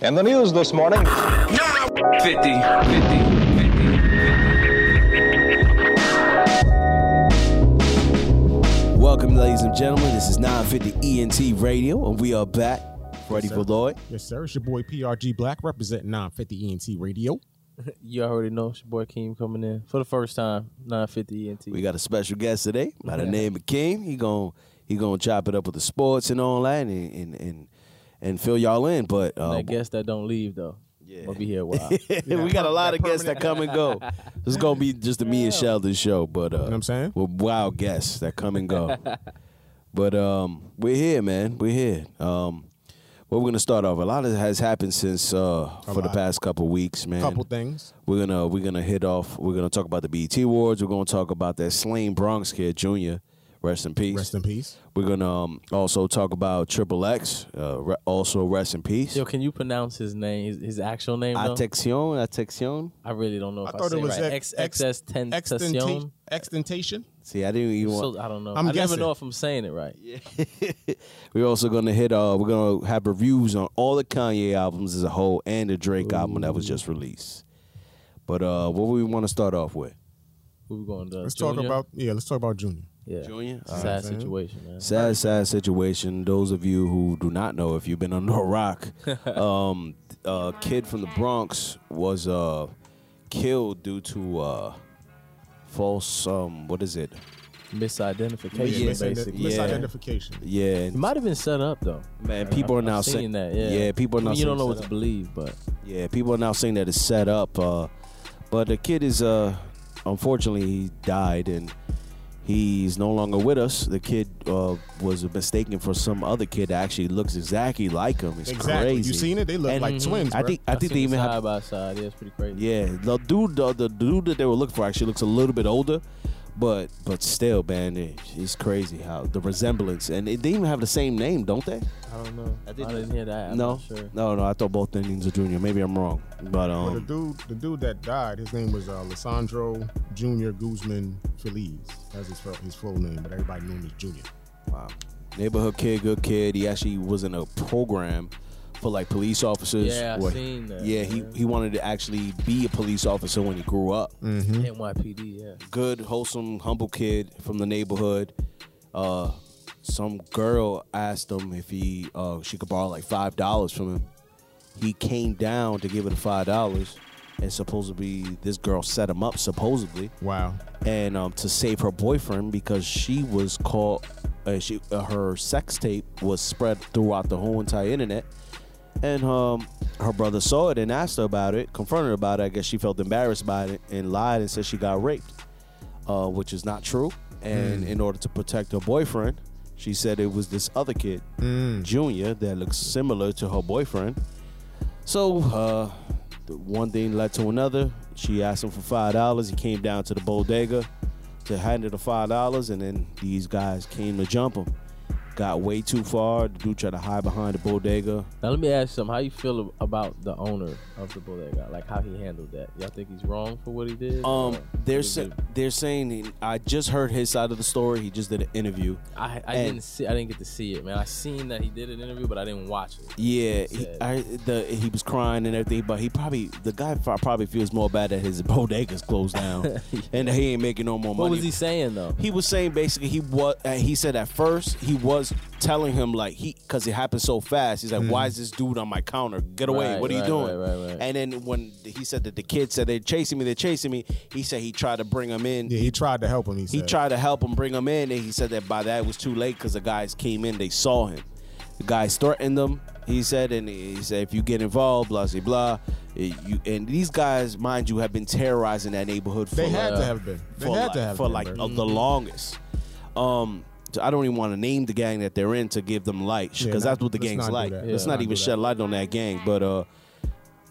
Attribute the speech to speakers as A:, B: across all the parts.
A: And the news this morning.
B: 50, 50, 50.
C: Welcome, ladies and gentlemen. This is 950 ENT Radio, and we are back. Freddie
D: sir.
C: Lloyd.
D: Yes, sir. It's your boy PRG Black representing 950 ENT Radio.
E: you already know it's your boy Keem coming in for the first time, E 950 ENT.
C: We got a special guest today by the name of Keem. He gon' he gonna chop it up with the sports and all that, and and and, and fill y'all in. But
E: I guess that don't leave though.
C: Yeah.
E: We'll be here a while.
C: we got a lot of guests that come and go. It's gonna be just the me and Sheldon show, but uh,
D: what I'm saying?
C: with wild guests that come and go. but um, we're here, man. We're here. Um, well, we're gonna start off. A lot of has happened since uh, for the
D: lot.
C: past couple weeks, man.
D: Couple things.
C: We're gonna we're gonna hit off. We're gonna talk about the BET Awards. We're gonna talk about that slain Bronx kid, Junior. Rest in peace.
D: Rest in peace.
C: We're gonna um, also talk about Triple X. Uh, re- also, rest in peace.
E: Yo, can you pronounce his name, his, his actual name? though?
C: Attention, attention.
E: I really don't know if I,
D: thought
E: say
D: it was
E: right.
D: ex- ex-
E: XS Tentacion.
D: extenta- Extentation.
C: See, I didn't even want.
E: So, I don't know.
D: I'm
E: I never
D: guessing.
E: know if I'm saying it right. Yeah.
C: We're also gonna hit. Uh, we're gonna have reviews on all the Kanye albums as a whole and the Drake album that was just released. But uh, what we want to start off with,
E: Who we going to?
D: Let's talk
E: Junior?
D: about yeah. Let's talk about Junior.
E: yeah.
C: Junior?
E: It's a
C: All
E: sad
C: right,
D: man.
E: situation, man.
C: sad, sad situation. Those of you who do not know, if you've been under a rock, um, a kid from the Bronx was uh killed due to uh false um what is it?
E: Misidentification,
D: Mis-
E: basically.
C: yeah.
D: Misidentification.
C: Yeah,
E: It might have been set up though.
C: man. People are
E: I've
C: now
E: seen
C: saying
E: that. Yeah.
C: people are
E: I
C: now
E: mean, you don't
C: saying
E: know what
C: set
E: to
C: up.
E: believe, but
C: Yeah, people are now saying that it's set up, uh, but the kid is uh, unfortunately he died and he's no longer with us. The kid uh, was mistaken for some other kid that actually looks exactly like him. It's
D: Exactly.
C: crazy.
D: You seen it? They look
C: And
D: like twins.
C: I
D: bruh.
C: think I
E: I've
C: think they
E: seen
C: even
E: it
C: have
E: side by side. Yeah, it's pretty crazy.
C: yeah the dude the, the dude that they were looking for actually looks a little bit older. But but still, man, it, it's crazy how the resemblance, and they even have the same name, don't they?
E: I don't know. I
C: didn't-
E: didn't, hear that. I'm
C: no,
E: not sure.
C: no, no. I thought both Indians are junior. Maybe I'm wrong, but um,
D: Well, the dude, the dude that died, his name was uh, Alessandro Junior Guzman Feliz. That's his full- his full name, but everybody knew him as Junior.
C: Wow. Neighborhood kid, good kid. He actually was in a program for like police officers.
E: Yeah, I
C: where-
E: seen that.
C: Yeah, he, he wanted to actually be a police officer when he grew up.
D: Hmm?
E: NYPD. Yeah.
C: Good, wholesome, humble kid from the neighborhood. Uh, some girl asked him if he uh, she could borrow like five dollars from him. He came down to give her the five dollars, and supposedly this girl set him up. Supposedly,
D: Wow.
C: and um, to save her boyfriend because she was caught. Uh, she uh, her sex tape was spread throughout the whole entire internet, and um, her brother saw it and asked her about it, confronted her about it. I guess she felt embarrassed by it and lied and said she got raped, uh, which is not true. And in order to protect her boyfriend, she said it was this other kid, Junior, that looks similar to her boyfriend. So uh, the one thing led to another. She asked him for five dollars. He came down to the bodega to hand her the five dollars, and then these guys came to jump him. Got way too far. The dude tried to hide behind the bodega.
E: Now let me ask you something. How you feel ab- about the owner of the bodega? Like how he handled that? Y'all think he's wrong for what he did?
C: Um,
E: Or
C: they're
E: was
C: sa-
E: it-
C: they're saying I just heard his side of the story. He just did an interview.
E: I, I
C: and-
E: didn't see. I didn't get to see it, man. I seen that he did an interview, but I didn't watch it. He
C: Yeah, he,
E: said-
C: I, the, he was crying and everything, but he probably the guy fi- probably feels more bad that his bodega's closed down and that he ain't making no more money.
E: What was he saying though?
C: he was saying basically he was uh, he said at first he was telling him like he because it happened so fast he's like why is this dude on my counter get away
E: Mm-hmm. Right,
C: what are you
E: right,
C: doing
E: right, right, right.
C: and then when he said that the kid said they're chasing me they're chasing me he said he tried to bring him in
D: Yeah, he tried to help him. He,
C: he
D: said.
C: tried to help him bring him in and he said that by that it was too late because the guys came in they saw him the guys threatened them he said and he said if you get involved blah blah blah eh, you and these guys mind you have been terrorizing that neighborhood for
D: They
C: like,
D: had to have been. They
C: for
D: had
C: like,
D: to have
C: for
D: been,
C: like uh,
D: bruh.
C: the
E: Mm-hmm.
C: longest. Um, so I don't even want to name the gang that they're in to give them light because
D: Yeah, nah,
C: that's what the
D: let's
C: gang's
D: not do
C: like.
D: that.
C: Let's
D: Yeah.
C: not
D: Not
C: even
D: do
C: shed
D: that.
C: light on that gang, but uh,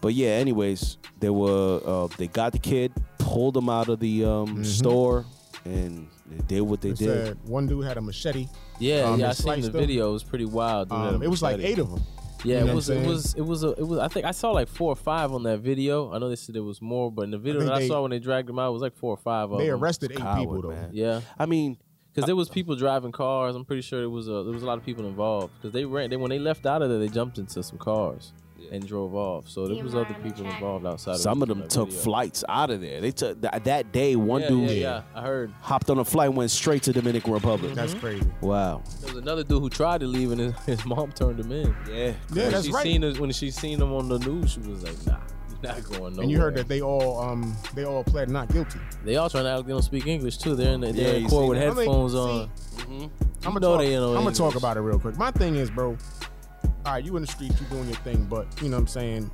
C: but yeah. Anyways, they were uh, they got the kid, pulled him out of the um
D: Mm-hmm.
C: store, and they did what they
D: They
C: did.
D: said one dude had a machete.
E: Yeah,
D: Um,
E: yeah. I
D: he
E: seen the
D: sliced him.
E: video. It was pretty wild. dude.
D: Um,
E: That
D: it was like
E: machete.
D: eight of them.
E: Yeah,
D: You know
E: it
D: what
E: was.
D: I'm
E: It
D: saying?
E: was. It was. A, it was. I think I saw like four or five on that video. I know they said there was more, but in the video
D: think
E: that I
D: they-
E: saw when they dragged him out, it was like four or five. Of
D: They
E: them.
D: arrested eight
C: Coward,
D: people though.
C: man.
E: Yeah,
C: I mean,
E: because there was people driving uh, cars. I'm pretty sure there was a there was a lot of people involved because they ran. They when they left out of there, they jumped into some cars. and drove off. So there was other people involved outside.
C: Some of them
E: that
C: took
E: video.
C: flights out of there. They took that, that day. One
E: Yeah,
C: dude
E: yeah, yeah, I heard
C: hopped on a flight, and went straight to Dominican Republic.
D: That's crazy.
C: Wow.
E: there was another dude who tried to leave and his, his mom turned him in.
C: Yeah.
D: Yeah,
E: when
D: that's
E: she
D: right.
E: Seen us, when she seen him on the news, she was like, "Nah, you're not going nowhere."
D: and you heard that they all um they all pled not guilty.
E: They all trying to act. They don't speak English too. They're in, the,
C: Yeah,
E: they're in
C: you
E: court
C: see
E: with
C: that.
D: I mean,
E: headphones
D: see,
E: on.
D: I'm
E: You
D: gonna
E: know
D: talk,
E: they ain't know
D: I'm gonna talk
E: English.
D: about it real quick. My thing is, bro. All right, you in the streets, you doing your thing, but you know what I'm saying.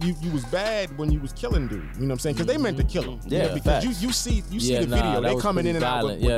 D: You you was bad when you was killing dude. You know what I'm saying? Because they meant to kill him.
C: Yeah,
D: because
C: facts.
D: you, you see you see
E: Mm-hmm. Yeah,
D: the
E: nah,
D: video.
E: that
D: they
E: was
D: coming in and
E: pretty
D: out with,
E: violent. Yeah,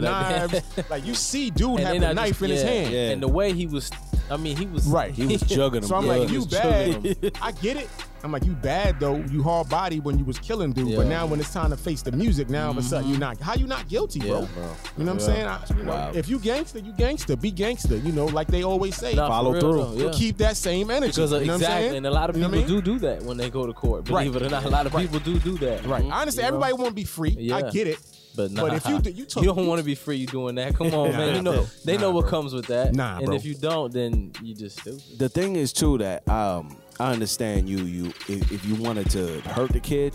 D: with
E: that-
D: knives. like you see dude
E: And
D: have
E: then
D: a
E: I
D: knife
E: just-
D: in his
E: yeah,
D: hand.
C: Yeah.
E: And the way he was, I mean, he was
D: Right.
C: He was jugging them.
D: So I'm like,
E: Yeah,
D: you
E: just
D: bad.
E: chilling
D: I get it. I'm like, you bad though. You hard body when you was killing dude, but
E: Yeah. Mm-hmm.
D: now when it's time to face the music, now all of a sudden you not. How you not guilty, bro?
E: Yeah,
D: You
E: bro.
D: know what
E: Yeah.
D: I'm saying? I, you know,
C: Wow.
D: If you gangster, you gangster. Be gangster. You know, like they always say.
E: Nah, for
C: Follow
E: real,
C: through.
E: though,
D: You
E: yeah.
D: Keep that same energy.
E: Because of-
D: you know what I'm
E: uh, exactly,
D: saying?
E: and a lot of
D: You know
E: people
D: what I mean?
E: do do that when they go to court.
D: Right.
E: Believe it or not, a lot of
D: Right.
E: people do do that. Mm-hmm.
D: Right. I understand.
E: You know?
D: Everybody want to be free. I
E: Yeah.
D: get it.
E: But nah,
D: But if you do- you took-
E: don't want to be free, you doing that. Come on,
D: Nah,
E: man. You know
D: bro.
E: they
D: Nah,
E: know what
D: bro.
E: comes with that.
D: Nah,
E: and
D: bro.
E: if you don't, then you just stupid.
C: the thing is too that um, I understand you. You if, if you wanted to hurt the kid,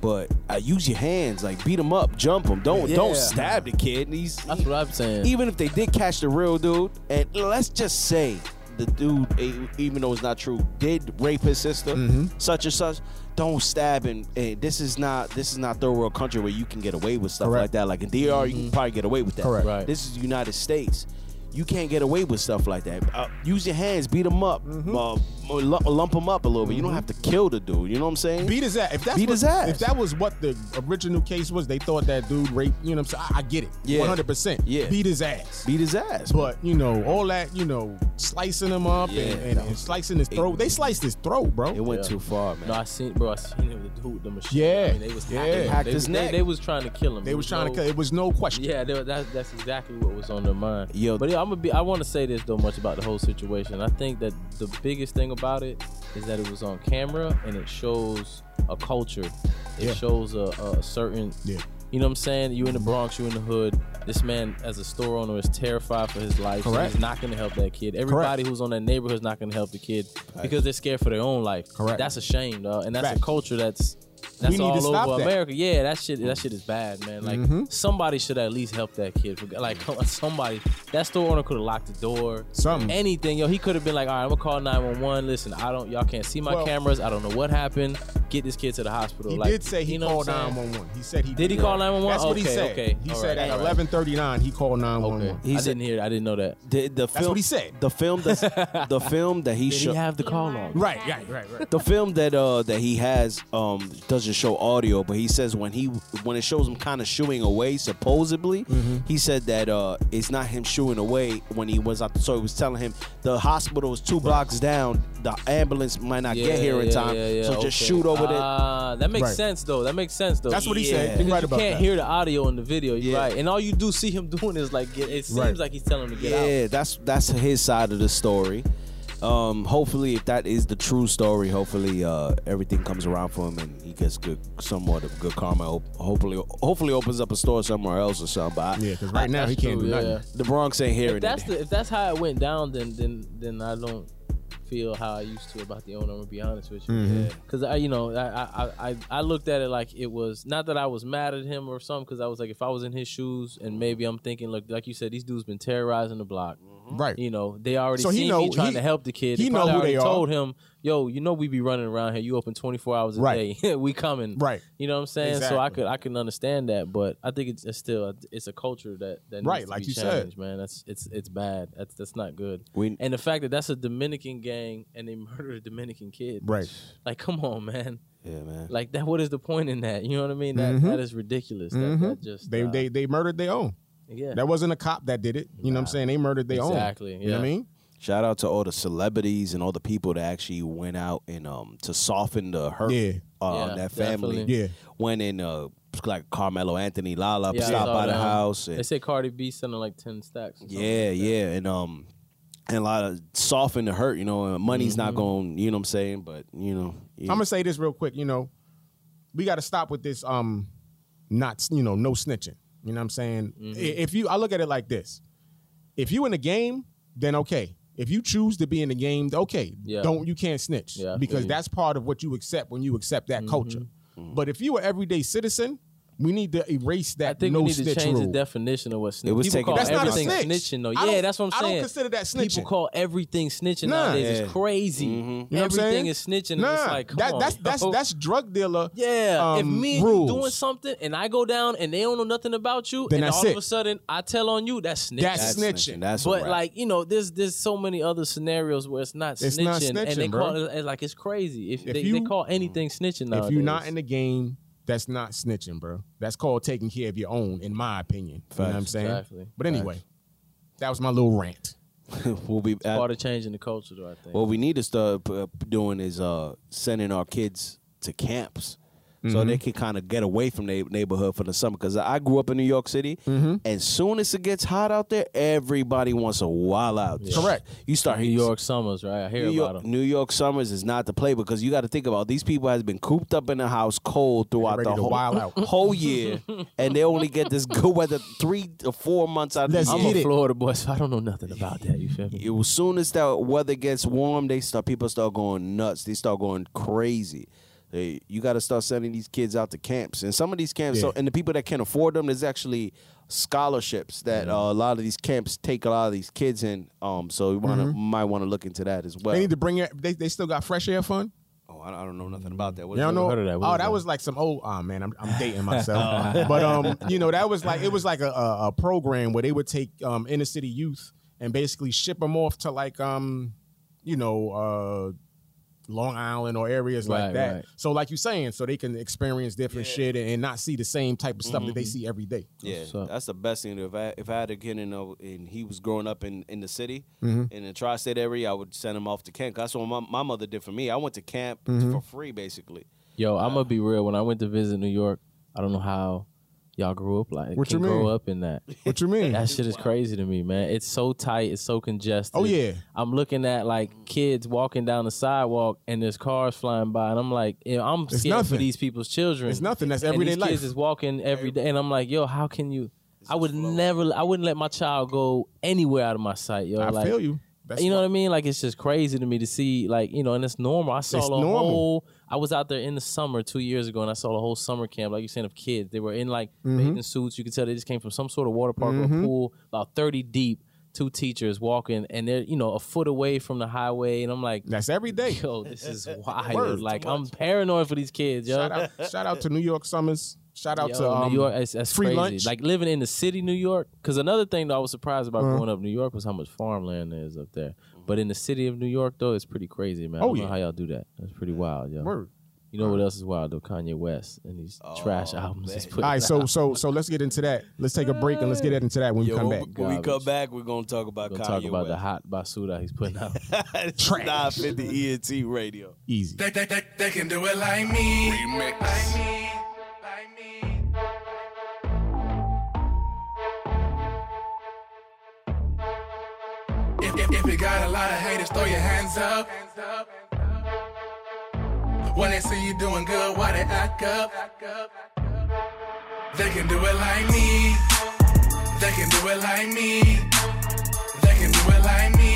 C: but uh, use your hands, like beat him up, jump him. Don't don't
E: Yeah.
C: stab the kid. He's
E: That's what I'm saying.
C: even if they did catch the real dude, and let's just say the dude, e- even though it's not true, did rape his sister,
D: Mm-hmm.
C: such and such. Don't stab him. And this is not this is not third world country where you can get away with stuff
D: Correct. Mm-hmm.
C: like that. Like in DR, you can probably get away with that.
D: Correct.
E: Right.
C: This is the United States. You can't get away with stuff like that. Uh, use your hands, beat him up,
D: Mm-hmm.
C: uh, lump, lump him up a little bit. You don't have to kill the dude. You know what I'm saying?
D: Beat his ass. If that's
C: Beat
D: what,
C: his ass.
D: If that was what the original case was, they thought that dude raped. You know what I'm saying? I, I get it.
C: Yeah.
D: 100. percent
C: Yeah.
D: Beat his ass.
C: Beat his ass.
D: But you know, all that you know, slicing him up
C: Yeah,
D: and, and,
C: that
D: and slicing his throat. They sliced his throat, bro.
C: it went
E: Yeah.
C: too far, man.
E: No, I seen, bro. I seen it with the dude, with the machine.
D: Yeah,
E: I mean, they was
D: yeah.
E: hacking-
D: Hacked
E: they,
C: his
E: they-
C: neck.
E: They, was trying to kill him.
D: they
E: There
D: was trying to.
E: no-
D: cut- It was no question.
E: Yeah, they, were- that, that's exactly what was on their mind.
C: Yo.
E: but yeah, I'm gonna be. I want to say this though much about the whole situation. I think that the biggest thing about it is that it was on camera and it shows a culture. It
D: Yeah.
E: shows a, a certain.
D: Yeah.
E: You know what I'm saying? You in the Bronx, you in the hood. This man, as a store owner, is terrified for his life. So
D: Correct.
E: he's not going to help that kid. Everybody who's on that neighborhood is not going to help the kid because they're scared for their own life.
D: Correct.
E: That's a shame, dog. And that's
D: Facts.
E: a culture that's that's
D: We need to
E: all
D: stop
E: over
D: that.
E: America. America, yeah, that shit, that shit is bad, man. Like
D: Mm-hmm.
E: somebody should at least help that kid. Like come on, somebody, that store owner could have locked the door.
D: Something.
E: anything, yo. He could have been like, all right, I'm gonna call 911. Listen, I don't, y'all can't see my
D: Well-
E: cameras. I don't know what happened. Get this kid to the hospital.
D: He
E: like,
D: did say he
E: you know
D: called
E: what I'm saying?
D: 911. He said he
E: Did he call 911?
D: That's what he
E: Okay,
D: said.
E: okay.
D: He
E: All
D: said at
E: right, all right.
D: 11:39 he called 911.
E: Okay, I
C: He's a-
E: didn't hear. I didn't know that.
C: The, the film,
D: what he said.
C: The film that the film that he
E: Did
C: showed.
E: he have the call on?
D: Right, right, right, right.
C: the film that uh that he has um doesn't show audio, but he says when he when it shows him kind of shooing away, supposedly,
E: Mm-hmm.
C: he said that uh it's not him shooing away when he was out. So he was telling him the hospital is two blocks down. The ambulance might not get here in time, so just
E: okay.
C: shoot over there.
E: Ah, that makes
D: Right.
E: sense though. That makes sense though.
D: That's what he
C: Yeah.
D: said.
E: Because
D: He right
E: you
D: about
E: can't
D: that.
E: hear the audio in the video, you're
C: Yeah.
E: right? And all you do see him doing is like get. It seems
D: Right.
E: like he's telling him to get out.
C: yeah, that's that's his side of the story. Um, hopefully, if that is the true story, hopefully uh, everything comes around for him and he gets good, somewhat of good karma. Ho- Hopefully, hopefully opens up a store somewhere else or something. But I-
D: Yeah, because right now he
E: That's
D: can't
E: true,
D: do nothing.
E: yeah.
C: the Bronx ain't hearing
E: If that's
C: it.
E: the, if that's how it went down, then then then I don't feel how I used to about the owner. I'm gonna be honest with you,
C: Mm-hmm.
E: because I you know I, I I- I I looked at it like it was not that I was mad at him or something, because I was like if I was in his shoes and maybe I'm thinking look like you said these dudes been terrorizing the block.
D: Right.
E: You know, they already
D: So he
E: seen
D: know-
E: me trying
D: he-
E: to help the kid.
D: he know
E: probably
D: who they
E: already
D: are.
E: told him, yo, you know we be running around here. You open 24 hours a
D: Right.
E: day. we coming.
D: Right.
E: You know what I'm saying? So I
D: Exactly.
E: could I can understand that, but I think it's, it's still it's a culture that that
D: Right,
E: needs to
D: like
E: be
D: you said.
E: challenged, man. That's it's it's bad. That's that's not good.
C: We-
E: and the fact that that's a Dominican gang and they murdered a Dominican kid.
D: Right.
E: Like come on, man.
C: Yeah, man.
E: Like that what is the point in that? You know what I mean? That that is ridiculous. That, that
D: Mm-hmm.
E: just
D: They
E: uh,
D: they they murdered their own.
E: yeah.
D: That wasn't a cop that did it. You know what I'm saying? They murdered their own.
E: Exactly,
D: You know what I
E: yeah.
D: mean?
C: Shout out to all the celebrities and all the people that actually went out and um to soften the hurt
D: Yeah.
C: uh, on
E: Yeah,
C: that family.
E: definitely.
D: Yeah.
C: went in uh like Carmelo Anthony, Lala
E: Yeah, I
C: stopped
E: saw
C: by the
E: that.
C: house. And,
E: They say Cardi B sending like ten stacks. or something
C: Yeah,
E: like that.
C: yeah, and um, and a lot of soften the hurt. You know, and money's not
E: Mm-hmm.
C: going. You know what I'm saying? But you know, you-
D: I'm gonna say this real quick. You know, we got to stop with this. Um, not you know, no snitching.
E: Mm-hmm.
D: You know what I'm saying? I- If you, I look at it like this: if you in the game, then okay. if you choose to be in the game, okay,
E: Yeah.
D: don't you can't snitch
E: Yeah, I feel
D: because
E: you. Mm-hmm.
D: that's part of what you accept when you accept that culture. But if you're an everyday citizen, we need to erase that
E: I think
D: no
E: we need to
D: snitch
E: change
D: rule.
E: the definition of what snitch.
C: It was
E: People
C: taken
E: call
C: out.
D: that's not a
E: everything
D: snitch.
E: snitching though.
D: I don't-
E: Yeah, that's what I'm
D: I
E: saying.
D: don't consider that snitching.
E: People call everything snitching
D: Nah. Mm-hmm.
E: nowadays.
C: Yeah.
E: It's crazy.
D: You know what I'm
E: everything
D: saying?
E: is snitching.
D: nah,
E: and it's like, come
D: that,
E: on,
D: that's that's
E: yo.
D: that's drug dealer.
E: Yeah, if
D: um,
E: me and you
D: rules.
E: doing something and I go down and they don't know nothing about you,
D: Then
E: and
D: that's
E: all
D: it.
E: of a sudden I tell on you, that's snitching.
D: That's snitching.
C: That's a
E: but
C: wrap.
E: like you know, there's there's so many other scenarios where it's not
D: It's
E: snitching,
D: not
E: and they
D: snitching,
E: call
D: bro.
E: it it's like it's crazy. If,
D: If
E: they, they
D: you-
E: call anything snitching nowadays,
D: If you're not in the game, that's not snitching, bro. That's called taking care of your own, in my opinion. You know what I'm
C: Facts.
D: saying?
E: Exactly.
D: But anyway, that was my little rant.
C: we'll be at-
E: part of changing the culture, though I think.
C: what we need to start uh, doing is uh, sending our kids to camps. So
D: Mm-hmm.
C: they can kind of get away from their neighborhood for the summer. Because I grew up in New York City,
D: Mm-hmm.
C: and soon as it gets hot out there, everybody wants to wild out.
D: Correct.
C: You start
E: New York summers, right? I hear about
C: New York,
E: them.
C: New York summers is not the play because you got to think about these people has been cooped up in the house cold throughout
D: ready
C: the
D: to
C: whole,
D: wild out.
C: whole year, and they only get this good weather three or four months out of the
D: Let's
E: I'm
C: year.
D: get
E: a
D: it.
E: Florida boy, so I don't know nothing about that. You feel me?
C: It- As soon as that weather gets warm, they start people start going nuts. They start going crazy. They, you got to start sending these kids out to camps, and some of these camps, so,
D: Yeah.
C: and the people that can afford them, there's actually scholarships that uh, a lot of these camps take a lot of these kids in. Um, so you want to might want to look into that as well.
D: Mm-hmm. They need to bring it. They, they still got fresh air fun.
C: oh, I, I don't know nothing about that. What
D: You
C: is
D: don't
C: it?
D: know.
E: heard of that. What
D: Oh,
E: is
D: that
E: that? Oh.
D: was like some old. Oh man, I'm, I'm dating myself. but um, you know, that was like it was like a, a, a program where they would take um inner city youth and basically ship them off to like um, you know, uh, Long Island or areas
E: Right,
D: like that.
E: right.
D: So like you're saying, so they can experience different shit and, and not see the same type of stuff that they see every day.
C: Yeah,
E: what's up.
C: that's the best thing. If I if I had a kid and, uh, and he was growing up in, in the city
D: Mm-hmm.
C: in the tri-state area, I would send him off to camp. That's what my, my mother did for me. I went to camp
D: Mm-hmm.
C: for free, basically.
E: Yo, I'm gonna be real. When I went to visit New York, I don't know how y'all grew up like.
D: What
E: can
D: you
E: Grow
D: mean?
E: up in that.
D: What you mean?
E: That shit is crazy to me, man. It's so tight. It's so congested.
D: Oh, yeah.
E: I'm looking at like kids walking down the sidewalk and there's cars flying by, and I'm like, you know, I'm scared for
D: nothing.
E: these people's children.
D: It's nothing. That's
E: And
D: everyday
E: these
D: life.
E: kids is walking every day, and I'm like, yo, how can you? I would never. I wouldn't let my child go anywhere out of my sight, yo.
D: I
E: like,
D: feel you. That's
E: you know
D: why-
E: what I mean? Like it's just crazy to me to see, like you know, and it's normal. I saw
D: It's
E: a
D: normal.
E: whole. I was out there in the summer two years ago, and I saw a whole summer camp, like you saying, of kids. They were in like
D: Mm-hmm.
E: bathing suits. You could tell they just came from some sort of water park or a pool, about thirty deep. Two teachers walking, and they're you know a foot away from the highway, and I'm like,
D: That's every day.
E: yo, this is wild.
D: Word.
E: Like I'm paranoid for these kids, yo.
D: Shout out, shout out to New York summers. Shout out
E: Yo,
D: to um,
E: New York, that's, that's
D: free
E: crazy.
D: lunch.
E: Like living in the city, New York. Because another thing that I was surprised about
D: Uh-huh.
E: growing up in New York was how much farmland there is up there. But in the city of New York, though, it's pretty crazy, man. I
D: Oh,
E: don't
D: yeah.
E: know how y'all do that. That's pretty wild, yo.
D: Word.
E: You know what else is wild though? Kanye West and these
C: Oh,
E: trash albums. He's putting
D: All right, so
E: out.
D: so so let's get into that. Let's take a break and let's get into that when we
C: Yo,
D: come
C: when
D: back.
C: we- when we come
E: Garbage.
C: back, we're gonna talk about
E: We're
C: Kanye
E: gonna talk about the
C: West.
E: hot basura he's putting out.
C: It's 950 ENT E radio.
D: Easy.
A: They, they, they, they can do it like me. Like me. Like me. If, if, if you got a lot of haters, throw your hands up. When they see you doing good, why they act up? They can do it like me. They can do it like me. They can do it like me.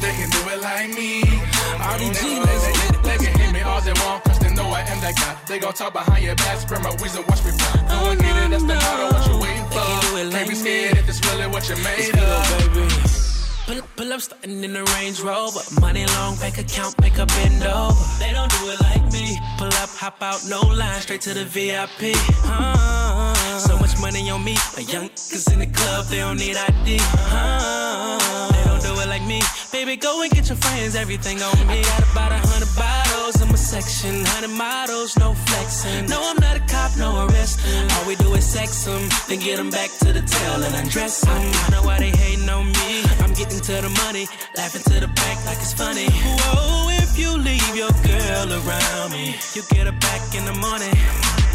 A: They can do it like me. RBG, they, they, they can hit me all they want, cause they know I am that guy. They gon' talk behind your back, spread my wings and watch me fly. Oh, No one get it, that's the motto, what you waiting for? Can't be scared if it's really what you made of.
F: Pull, pull up starting in the Range Rover. Money long, bank account, make a bend over. They don't do it like me. Pull up, hop out, no line, straight to the VIP. Uh, so much money on me. A young cause in the club, they don't need ID. Uh, they don't do it like me. Baby, go and get your friends, everything on me. I got about a hundred bottles in my section. Hundred models, no flexing. No, I'm not a cop, no arrest. All we do is sex 'em, then get 'em back to the tail and undress 'em. I know why they hating on me. I'm getting to the money, laughing to the bank like it's funny. Whoa, if you leave your girl around me, you get her back in the morning.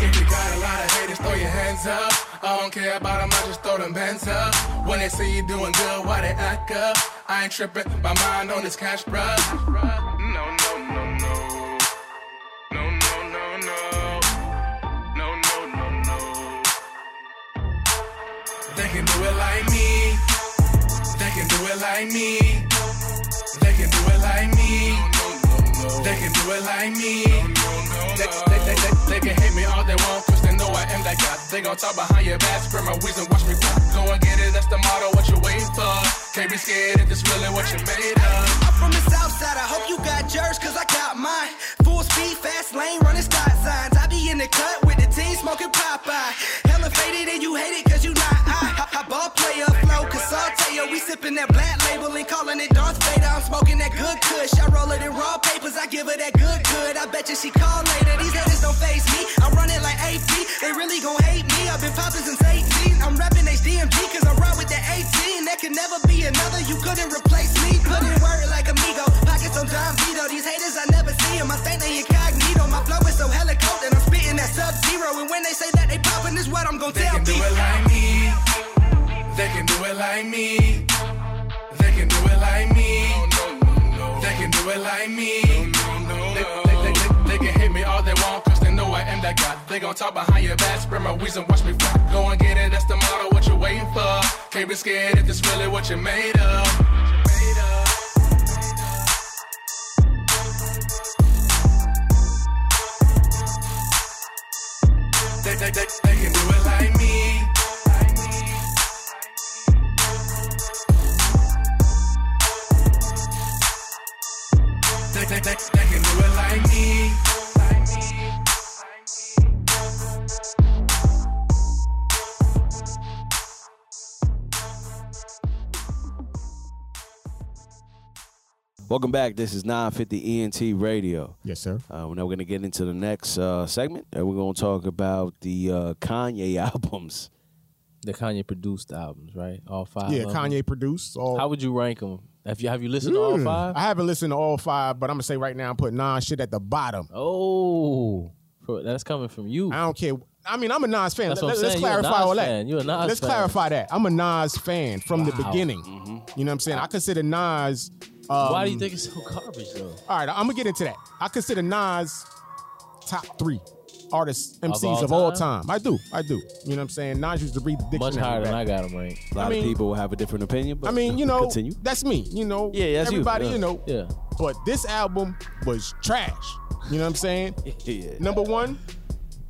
A: If you got a lot of haters, throw your hands up. I don't care about them, I just throw them hands up. When they see you doing good, why they act up? I ain't tripping, my mind on this cash, bruh. No, no, no, no. No, no, no, no. No, no, no, no. They can do it like me. They can do it like me. They can do it like me. They can do it like me. They, they, they, they, they can hate me all they want, cause they know I am that guy. They gon' talk behind your back, spread my wheeze and watch me fly. Go and get it, that's the motto, what you waiting for? Can't be scared if it's really what you made of.
G: I'm from the south side, I hope you got yours, cause I got mine. Full speed, fast lane, running stop signs. I be in the cut with the team smoking Popeye. Hella faded and you hate it cause you not I. I, I ball player, flow, cause I'll tell ya. We sipping that black label and calling it Darth Vader. I'm smoking that good kush. I roll it in raw papers, I give her that good good. I bet you she call later. These haters don't face me. I'm running like AP, they really gon' hate me. I've been popping since 18. I'm rapping HDMG cause I ride with that 18. That can never be another, you couldn't replace me. Put in word like amigo, pockets on Don Vito. These haters, I never see them. I think they incognito. My flow is so hella cold and I'm spitting that sub zero. And when they say that they popping, is what I'm gon'
A: They
G: tell
A: can do
G: people.
A: it like me. They can do it like me. They can do it like me. They can do it like me. They, they, they, they, they can hate me all they want, cause they know I am that guy. They gon' talk behind your back, spread my wheeze and watch me fly. Go and get it, that's the motto, what you waiting for? Can't be scared if it's really what you made of. They, they, they, they can do it like me. They, they, they, they can do it like me.
C: Welcome back. This is 950 ENT Radio.
D: Yes, sir.
C: Uh, we're now going to get into the next uh, segment, and we're going to talk about the uh, Kanye albums.
E: The Kanye produced albums, right? All five.
D: Yeah,
E: of 'em.
D: Kanye produced all.
E: How would you rank them? Have you have you listened to all
D: Mm.
E: five?
D: I haven't listened to all five, but I'm gonna say right now I'm putting Nas shit at the bottom.
E: oh, bro, that's coming from you.
D: I don't care. I mean, I'm a Nas fan.
E: That's
D: Let,
E: what I'm
D: us
E: saying. You're a
D: clarify
E: Nas
D: all that.
E: fan. You're a Nas
D: let's
E: fan.
D: clarify that. I'm a Nas fan from the beginning. You know what I'm saying? I consider Nas. Um,
E: Why do you think it's so garbage though?
D: All right, I'm gonna get into that. I consider Nas top three artists, MCs of all,
E: all
D: time? I do, I do. You know what I'm saying? Nas used to read the dictionary.
E: Much higher than
D: back.
E: I got him ranked.
C: A lot
D: I mean-
C: of people will have a different opinion, but
D: I mean, you know,
C: continue.
D: that's me. You know,
C: Yeah, that's you,
D: everybody,
C: yeah.
D: you know.
E: Yeah.
D: But this album was trash. You know what I'm saying?
C: Yeah.
D: Number one,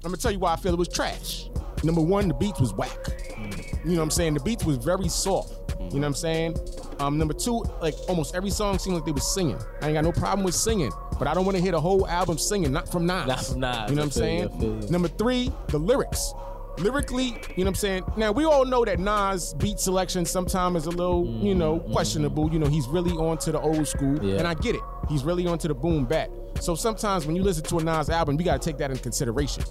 D: I'm gonna tell you why I feel it was trash. Number one, the beats was whack.
E: Mm.
D: You know what I'm saying? The beats was very soft. You know what I'm saying? Um, number two, like almost every song seemed like they was singing. I ain't got no problem with singing, but I don't want to hear the whole album singing, not from Nas.
E: Not from Nas.
D: You know what I'm
E: I feel you, I feel
D: saying?
E: you.
D: Number three, the lyrics. Lyrically, you know what I'm saying? Now we all know that Nas beat selection sometimes is a little, you know,
C: Mm-hmm.
D: questionable. You know, he's really on to the old school.
E: Yeah.
D: And I get it. He's really onto the boom back. So sometimes when you listen to a Nas album, you gotta take that into consideration.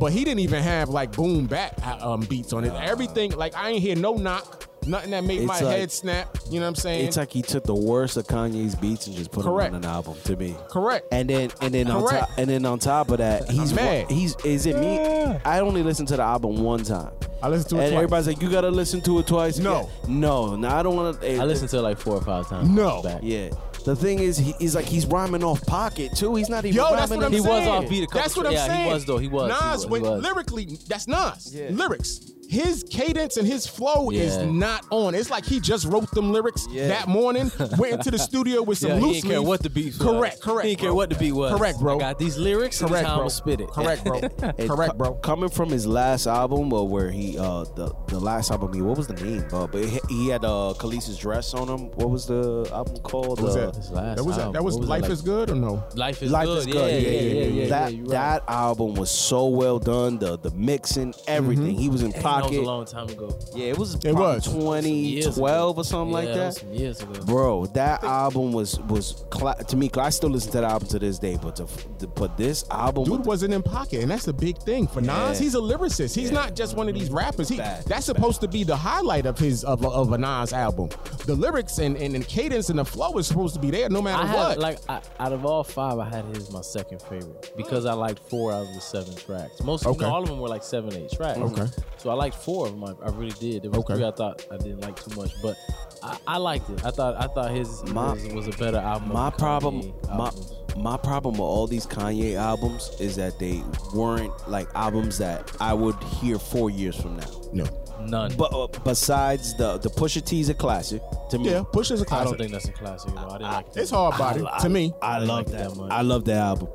D: But he didn't even have like boom back uh, um, beats on it. Everything like I ain't hear no knock, nothing that made
C: It's
D: my
C: like-
D: head snap. You know what I'm saying?
C: It's like he took the worst of Kanye's beats and just put
D: Correct.
C: them on an album to me.
D: Correct.
C: And then and then on
D: Correct.
C: top and then on top of that, he's
D: mad.
C: he's is it me? I only listened to the album one time.
D: I listened to it
C: And
D: twice.
C: everybody's like, you gotta listen to it twice.
D: No.
C: Yeah. no, no, I don't want to.
E: I listened to it like four or five times.
D: No.
E: Back.
C: Yeah, the thing is, he, he's like he's rhyming off pocket too. He's not even.
D: Yo,
C: rhyming
D: that's what I'm
C: on-
E: He
D: saying.
E: was offbeat a couple
D: That's what I'm
E: times. Yeah, he
D: saying.
E: was, though. He was.
D: Nas
E: He was. He
D: when-
E: was.
D: lyrically, that's Nas.
C: Yeah.
D: Lyrics. His cadence and his flow is
E: Yeah.
D: not on. It's like he just wrote them lyrics that morning, went into the studio with some
E: Yeah,
D: loose
E: he didn't care
D: leaf.
E: what the beat was.
D: Correct, correct.
E: He didn't care
D: bro.
E: what the beat was.
D: Correct, bro.
E: I got these lyrics. and this
D: Correct,
E: is how
D: bro.
E: I'ma spit it.
D: Correct, bro.
C: And
D: Correct,
C: co-
D: bro.
C: Coming from his last album, uh, where he uh the, the last album, he what was the name? Uh, but he, he had uh Khalees's dress on him. What was the album
D: What
C: called?
D: was
C: Uh,
D: that?
E: his last
D: that was
E: album.
D: that was
E: What was it
D: Life
E: like?
D: is Good or no?
E: Life is
C: Life
E: good.
C: is good.
E: Yeah, yeah, yeah. yeah, yeah,
C: that
E: you're right.
C: that album was so well done. The the mixing, everything. He was in
E: Dang, that was a
C: pocket.
E: long time ago.
C: yeah, it was.
D: Mm-hmm. It was.
C: twenty
E: Years ago.
C: twelve or something like
E: Yeah,
C: that.
E: was some years ago.
C: Bro, that album was was cla to me. I still listen to that album to this day, but to, to but this album,
D: Dude
C: with-
D: wasn't in pocket, and that's the big thing for Nas.
C: Yeah.
D: He's a lyricist. He's not just one of these rappers. He
C: Bad,
D: that's supposed to be the highlight of his of, a- of a Nas album. The lyrics and, and and cadence and the flow is supposed to be there no matter
E: I
D: what.
E: had like I, out of all five, I had his my second favorite because I liked four out of the seven tracks. Most you know,
D: Okay.
E: all of them were like seven, eight tracks.
D: Okay.
E: So I liked four of them. I, I really did. There was
D: Okay.
E: three I thought I didn't like too much, but I, I liked it. I thought I thought his
C: My-
E: was, was a better album.
C: my
E: of Kanye
C: problem, my
E: albums.
C: my problem with all these Kanye albums is that they weren't like albums that I would hear four years from now.
D: no,
E: None.
C: But uh, besides the the Pusha T's a classic to me.
D: Yeah, Push is a
E: I
D: classic.
E: don't think that's a classic. Though. I didn't like that.
D: it's hard body to me.
C: I love
E: like
C: that.
E: that
C: one.
E: one.
C: I love that album.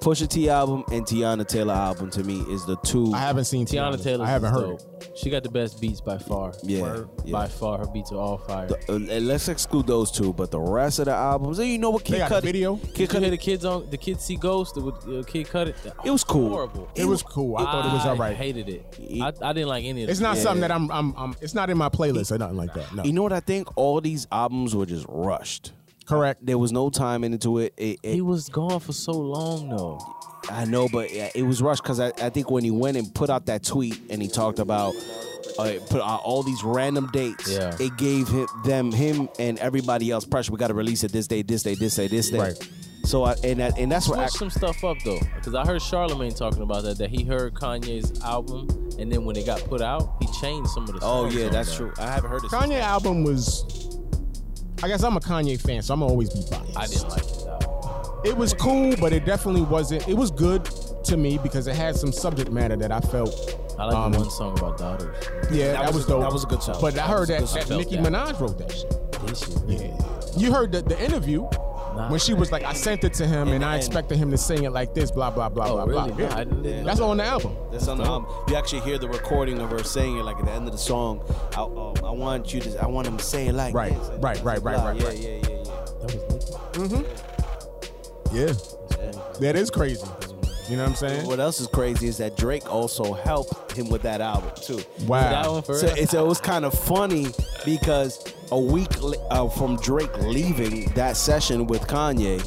C: Pusha T album and Tiana Taylor album to me is the two.
D: I haven't seen
E: Tiana Taylor.
D: I haven't heard. It.
E: dope. She got the best beats by far.
C: Yeah,
E: Word.
C: yeah.
E: By far, her beats are all fire.
C: Uh, and let's exclude those two, but the rest of the albums, and you know what, Kid
D: got the
C: Cudi,
D: video?
C: Kid
E: Did you hear the
C: Cudi,
E: kids on the kids see Ghost? The, the kid cut it.
C: it was cool.
E: Horrible.
D: It was cool. I thought it was all
E: I
D: right.
E: hated it. I, I didn't like any of it.
D: It's not
C: Yeah.
D: something that I'm, I'm. I'm. It's not in my playlist or nothing like that. No.
C: You know what I think? All these albums were just rushed.
D: Correct.
C: There was no time into it. It, it
E: He was gone for so long though.
C: I know, but yeah, it was rushed because I, I think when he went and put out that tweet and he talked about uh, put out all these random dates,
E: Yeah.
C: it gave him, them, him, and everybody else pressure. We got to release it this day, this day, this day, this day.
D: Right.
C: So I, and that, and that's what I,
E: Switch some stuff up though, because I heard Charlemagne talking about that. That he heard Kanye's album, and then when it got put out, he changed some of the.
C: oh
E: songs
C: yeah,
E: on
C: that's
E: there.
C: true. I haven't heard it. since.
D: Kanye album was. I guess I'm a Kanye fan, so I'm gonna always be biased.
E: I didn't like his album.
D: It was cool, but it definitely wasn't. It was good to me because it had some subject matter that I felt.
E: I like
D: Um,
E: the one song about daughters.
D: Yeah,
C: That
D: that,
C: was
D: was,
C: a-
D: dope.
C: that was a good song.
D: But
C: That
D: I
C: was
D: heard that,
C: a good song.
D: that Nicki
E: Felt
D: Minaj wrote that shit.
E: This shit,
D: Yeah. You heard the, the interview when she was like, I sent it to him and I
C: and-
D: expected him to sing it like this, blah, blah, blah,
E: Oh,
D: blah, blah.
E: really?
D: Yeah.
E: I didn't- didn't know
D: That's
E: that.
D: on the album.
C: That's on the album. You actually hear the recording of her saying it, like at the end of the song. I, um, I want you to, I want him to say it like
D: Right,
C: this. and
D: right, right, right,
C: blah,
D: right,
C: yeah,
D: right.
C: yeah, yeah, yeah.
E: that was Nicki.
D: Yeah. Mm-hmm. That is crazy. You know what I'm saying?
C: What else is crazy is that Drake also helped him with that album too.
E: That one
D: Wow.
E: Oh, for
C: So,
E: real?
C: it- so it was kind of funny because a week li- uh, from Drake leaving that session with Kanye,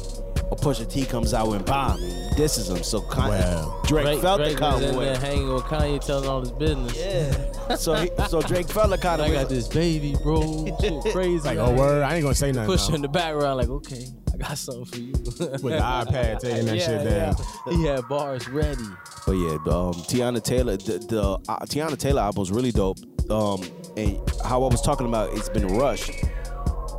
C: a Pusha T comes out and bomb and disses him. So Kanye,
D: Wow.
C: Drake,
E: Drake,
C: felt
E: Drake
C: the
E: was in there
C: Conway.
E: hanging with Kanye, telling all his business.
C: Yeah. So he, so Drake felt the
E: I
C: Conway.
E: got this baby, bro. Shit, crazy.
D: Like, oh, word. I ain't going to say nothing.
E: Push her
D: now.
E: in the background, like, okay, I got something for you.
D: With the iPad taking that shit down.
E: Yeah. He had bars ready.
C: But yeah, um, Tiana Taylor, the, the uh, Tiana Taylor album was really dope. Um, and how I was talking about, it's been rushed.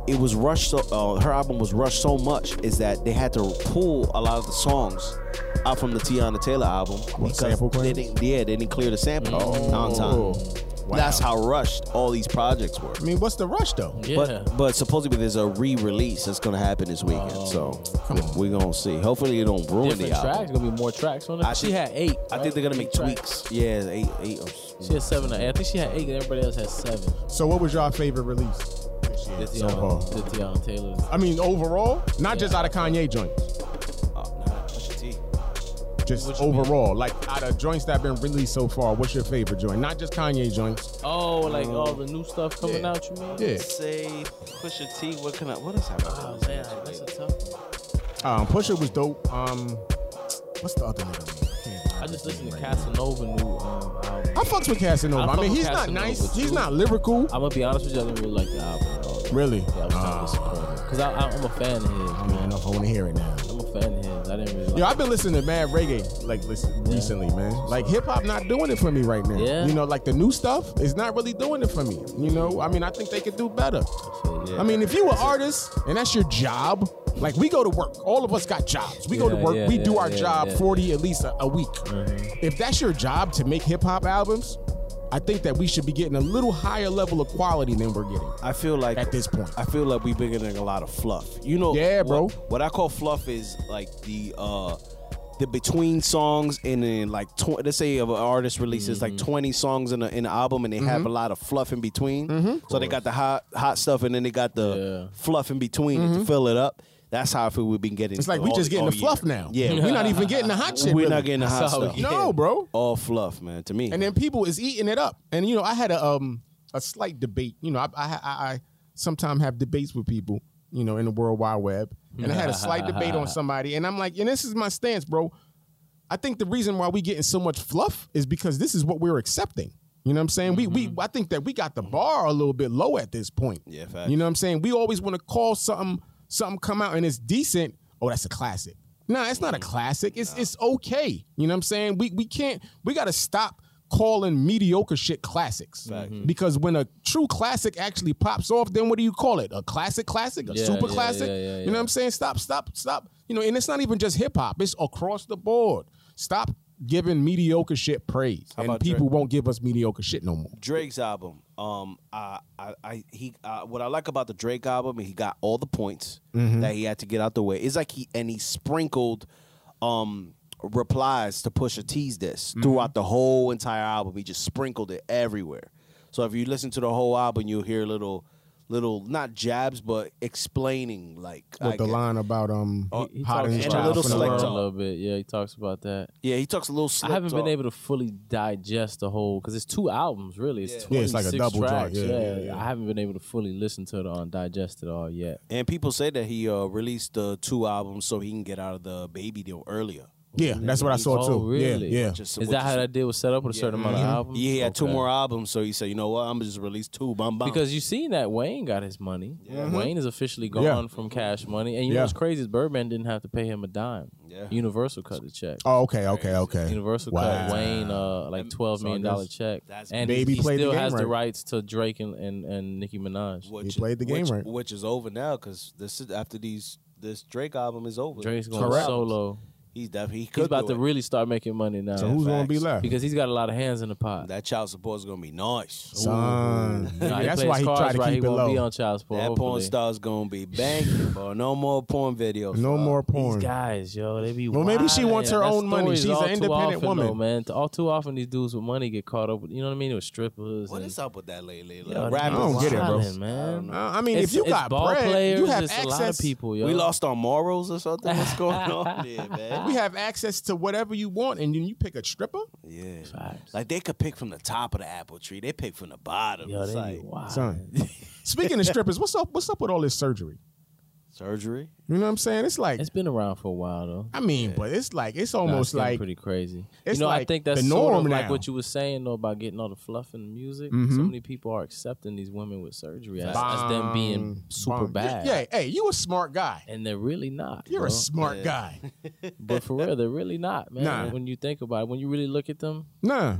C: It was rushed. So, uh, her album was rushed so much is that they had to pull a lot of the songs out from the Tiana Taylor album
D: sample
C: they
D: clearance? Oh,
C: didn't. Yeah, they didn't clear the sample on time.
D: Wow.
C: That's how rushed all these projects were.
D: I mean, what's the rush, though?
E: Yeah.
C: But but supposedly there's a re-release that's gonna happen this weekend.
D: Oh.
C: so we're gonna see. Hopefully it don't ruin
E: Different
C: the album.
E: tracks. Gonna be more tracks on it.
C: I
E: she
C: think-
E: had eight.
C: I
E: right?
C: think they're gonna make
E: Eight tracks.
C: tweaks. Yeah, eight eight. Or,
E: She had seven. or eight. I think she had eight, and everybody else had seven.
D: So, what was your favorite release?
E: That's
D: So
E: Deion,
D: far.
E: the Deion Taylor's.
D: I mean, overall, not just out of Kanye joints, just
E: What you mean?
D: overall, like out of joints that have been released so far. What's your favorite joint? Not just Kanye joints.
E: Oh, like all
C: Mm.
E: the new stuff coming
D: yeah.
E: out. You mean?
D: Yeah.
C: Say Pusha T. What can I? What is
E: Oh
C: happening?
E: man, that's a tough one.
D: Um, Pusha was dope. Um, what's the other nigga? name? I can't
E: I
D: remember his
E: just listened
D: name
E: to
D: right now.
E: Casanova new um, album.
D: I fucks with Casanova.
E: I
D: I,
E: fuck
D: mean,
E: with
D: he's
E: Casanova,
D: not nice.
E: too.
D: He's not lyrical.
E: I'm gonna be honest with you, I didn't really like the album at all.
D: Really?
E: Yeah, I was kind of
C: Ah.
E: disappointed because I'm a fan of his.
D: I don't know if I want to hear it now.
E: I'm a fan of his. I didn't really. Like
D: Yo, I've been listening to mad reggae like listen, recently, man. Like hip hop not doing it for me right now.
E: Yeah.
D: You know, like the new stuff is not really doing it for me. You know, I mean, I think they could do better.
E: it, yeah.
D: I mean, if you were artist and that's your job, like we go to work. All of us got jobs. We go to
E: Yeah,
D: work.
E: yeah,
D: we do
E: yeah,
D: our
E: yeah,
D: job
E: yeah. Mm-hmm.
D: 40 at least a, a week. If that's your job to make hip hop albums, I think that we should be getting a little higher level of quality than we're getting.
C: I feel like
D: At this point.
C: I feel like we been getting a lot of fluff. You know,
D: Yeah,
C: what-
D: bro.
C: What, I call fluff is like the uh the between songs and then like tw- let's say of an artist releases like
D: Mm-hmm.
C: twenty songs in a, in an album and they have a lot of fluff in between.
D: Mm-hmm.
C: So they got the hot hot stuff and then they got the fluff in between to fill it up. That's how I feel we've been getting.
D: Mm-hmm. It's like we
E: Oh,
C: all-
D: just getting
C: all
D: the fluff
C: year.
D: now.
C: Yeah,
D: We're not even getting the hot shit.
C: we're
D: really.
C: not getting the hot
E: That's how we
C: stuff.
E: get-
D: No, bro.
C: All fluff, man. To me,
D: and then people is eating it up. And you know, I had a um a slight debate. You know, I I, I, I sometimes have debates with people. You know, in the World Wide Web, and I had a slight debate on somebody, and I'm like, and this is my stance, bro. I think the reason why we getting so much fluff is because this is what we're accepting. You know what I'm saying? We
E: Mm-hmm.
D: we I think that we got the bar a little bit low at this point.
C: Yeah, facts.
D: You know what I'm saying? We always want to call something something come out and it's decent. Oh, that's a classic. nah, it's
E: Mm-hmm.
D: not a classic. It's it's okay. You know what I'm saying? We we can't we gotta stop calling mediocre shit classics.
E: Mm-hmm.
D: Because when a true classic actually pops off, then what do you call it? A classic classic? A
E: Yeah,
D: super
E: yeah,
D: classic?
E: yeah, yeah,
D: You know what I'm saying? Stop, stop, stop. You know, and it's not even just hip hop, it's across the board. Stop giving mediocre shit praise,
C: How
D: and
C: about
D: people won't give us mediocre shit no more.
C: Drake's album. Um, I, I, I he, uh, what I like about the Drake album, he got all the points
D: Mm-hmm.
C: that he had to get out the way. It's like he and he sprinkled, um, replies to Pusha T's this
D: Mm-hmm.
C: throughout the whole entire album. He just sprinkled it everywhere. So if you listen to the whole album, you'll hear little, little not jabs, but explaining like
D: With
C: I
D: the
C: get-
D: line about um,
E: He
D: hot
E: talks
D: as
C: and
E: about
C: a little
E: it
D: from the
C: select
E: a
D: world.
C: talk.
E: little bit. Yeah, he talks about that.
C: Yeah, he talks a little. Slick
E: I haven't
C: talk.
E: been able to fully digest the whole because it's two albums really. It's
D: Yeah,
E: twenty
D: it's
E: six
D: like a double joint.
E: tracks.
D: Yeah,
E: Yeah,
D: yeah, yeah.
E: I haven't been able to fully listen to it all and digest it all yet.
C: And people say that he uh, released the two albums so he can get out of the baby deal earlier.
D: Yeah, that's what I saw
E: Oh,
D: too.
E: really?
D: Yeah, yeah.
C: Just-
E: Is
C: which
E: that how that deal was set up with a certain amount of albums?
C: Yeah, he had two
E: Mm-hmm. Okay.
C: more albums, so he said, "You know what? I'm gonna just release two. Bum bum."
E: Because you seen that Wayne got his money. Wayne is officially gone
D: Mm-hmm. Yeah.
E: from Cash Money, and you
D: Yeah.
E: know what's crazy is Birdman didn't have to pay him a dime.
C: Yeah.
E: Universal cut the check.
D: Oh, okay, okay, okay.
E: Universal
D: Wow.
E: cut Wayne uh, like twelve million dollar check,
C: that's-
E: and
D: Baby
E: he, he
D: played the
E: still
D: game
E: has the
D: right.
E: rights to Drake and and, and Nicki Minaj.
C: which,
D: played the game
C: which,
D: right.
C: which is over now. Because this is after these this Drake album is over.
E: Drake's going
D: Correct.
E: solo.
C: He's definitely he could
E: He's about
C: do
E: to
C: it.
E: really start making money now.
D: So who's gonna be
C: facts.
D: left?
E: because he's got a lot of hands in the pot.
C: that child support is gonna be nice.
D: Son.
E: You know,
D: Yeah,
E: he
D: that's
E: plays
D: why he
E: cards
D: tried to
E: right,
D: keep
E: he
D: it
E: won't Be
D: low.
E: on child support.
C: that porn
E: hopefully.
C: star's gonna be banging, bro. No more porn videos.
D: No
C: bro.
D: more
E: These
D: porn.
E: guys, yo, they be.
D: Well, maybe she
E: wildin'.
D: wants her
E: That
D: own money.
E: story's
D: She's
E: all
D: an
E: too
D: independent
E: often,
D: woman.
E: though, man. All too often, these dudes with money get caught up. With, you know what I mean? With strippers.
C: What
E: and,
C: is up with that lately? Like,
E: Yo, they
C: rappers-
D: I don't get it, bro.
E: wildin', man.
D: Uh, I mean,
E: It's-
D: if you
E: it's
D: got
E: ball
D: bread,
E: players,
D: you have
E: it's
D: access.
E: a lot of people. Yo.
C: We lost our morals or something. What's going on there, man?
D: We have access to whatever you want, and then you pick a stripper.
C: Yeah.
E: Facts.
C: Like they could pick from the top of the apple tree. They pick from the bottom.
E: Yo,
C: It's
E: they
C: like,
E: be wild.
D: Son. Speaking of strippers, what's up? What's up with all this surgery?
C: surgery.
D: You know what I'm saying? It's like,
E: It's been around for a while though.
D: I mean, but it's like it's
E: Nah,
D: almost
E: it's getting
D: like
E: pretty crazy.
D: it's
E: you know, I
D: like
E: think that's
D: the
E: sort
D: norm
E: of
D: now.
E: like
D: Mm-hmm.
E: what you were saying though about getting all the fluff in the music. So many people are accepting these women with surgery as, as them being
D: Bong,
E: super
D: bong.
E: bad,
D: Yeah, hey, you a smart guy.
E: and they're really not.
D: You're a
E: bro.
D: smart guy.
E: but for real, they're really not, man.
D: Nah.
E: When you think about it, when you really look at them,
D: Nah,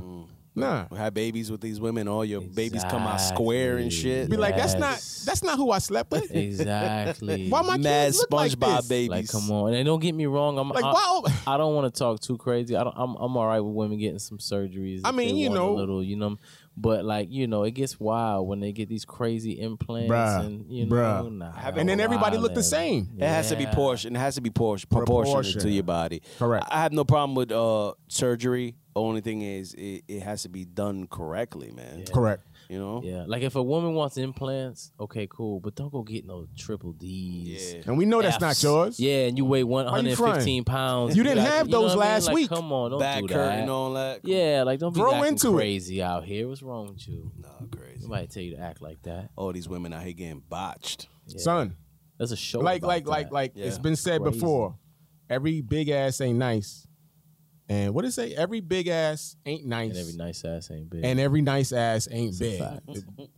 D: nah.
C: We have babies with these women. All your babies come out square and
E: Exactly.
C: shit.
D: Be like, that's not
E: Yes.
D: that's not who I slept with.
E: exactly.
D: Why my
C: mad
D: kids look like
C: SpongeBob
D: this?
C: babies.
E: like, come on, and don't get me wrong. I'm
D: Like,
E: I,
D: wow.
E: I don't want to talk too crazy. I don't, I'm I'm all right with women getting some surgeries.
D: I
E: if
D: mean,
E: they
D: you
E: want a
D: know.
E: little, you know, but like, you know, it gets wild when they get these crazy implants
D: Bruh,
E: and you know,
D: bruh.
E: nah,
D: And then everybody look the
E: wildin'.
D: same.
C: It has to be
E: Yeah.
C: portion. It has to be portion, proportionate to
D: Proportion.
C: your body.
D: Correct.
C: I I have no problem with uh, surgery. Only thing is, it, it has to be done correctly, man.
D: Correct.
C: You know.
E: Yeah, like if a woman wants implants, okay, cool, but don't go get no triple D's.
C: Yeah.
D: And we know Oh, that's not
E: Fs.
D: yours.
E: Yeah, and you weigh
D: you crying?
E: 115 pounds.
D: You didn't have
E: know
D: those
E: what I mean?
D: last
E: Like,
D: week.
E: Come on, don't
C: Back
E: do
C: curtain,
E: that.
C: all that.
E: Yeah, like don't be
D: Throw
E: acting
D: into it.
E: crazy out here. What's wrong with you?
C: Nah, crazy.
E: Nobody tell you to act like that.
C: All these women out here getting botched.
E: Yeah.
D: Son.
E: That's a show.
D: Like
E: about
D: like like
E: that.
D: like
C: Yeah.
D: it's been said
E: Crazy.
D: before. Every big ass ain't nice. And what did it say? Every big ass ain't nice.
E: And every nice ass ain't big.
D: and every nice ass ain't
E: a
D: big.
E: fact.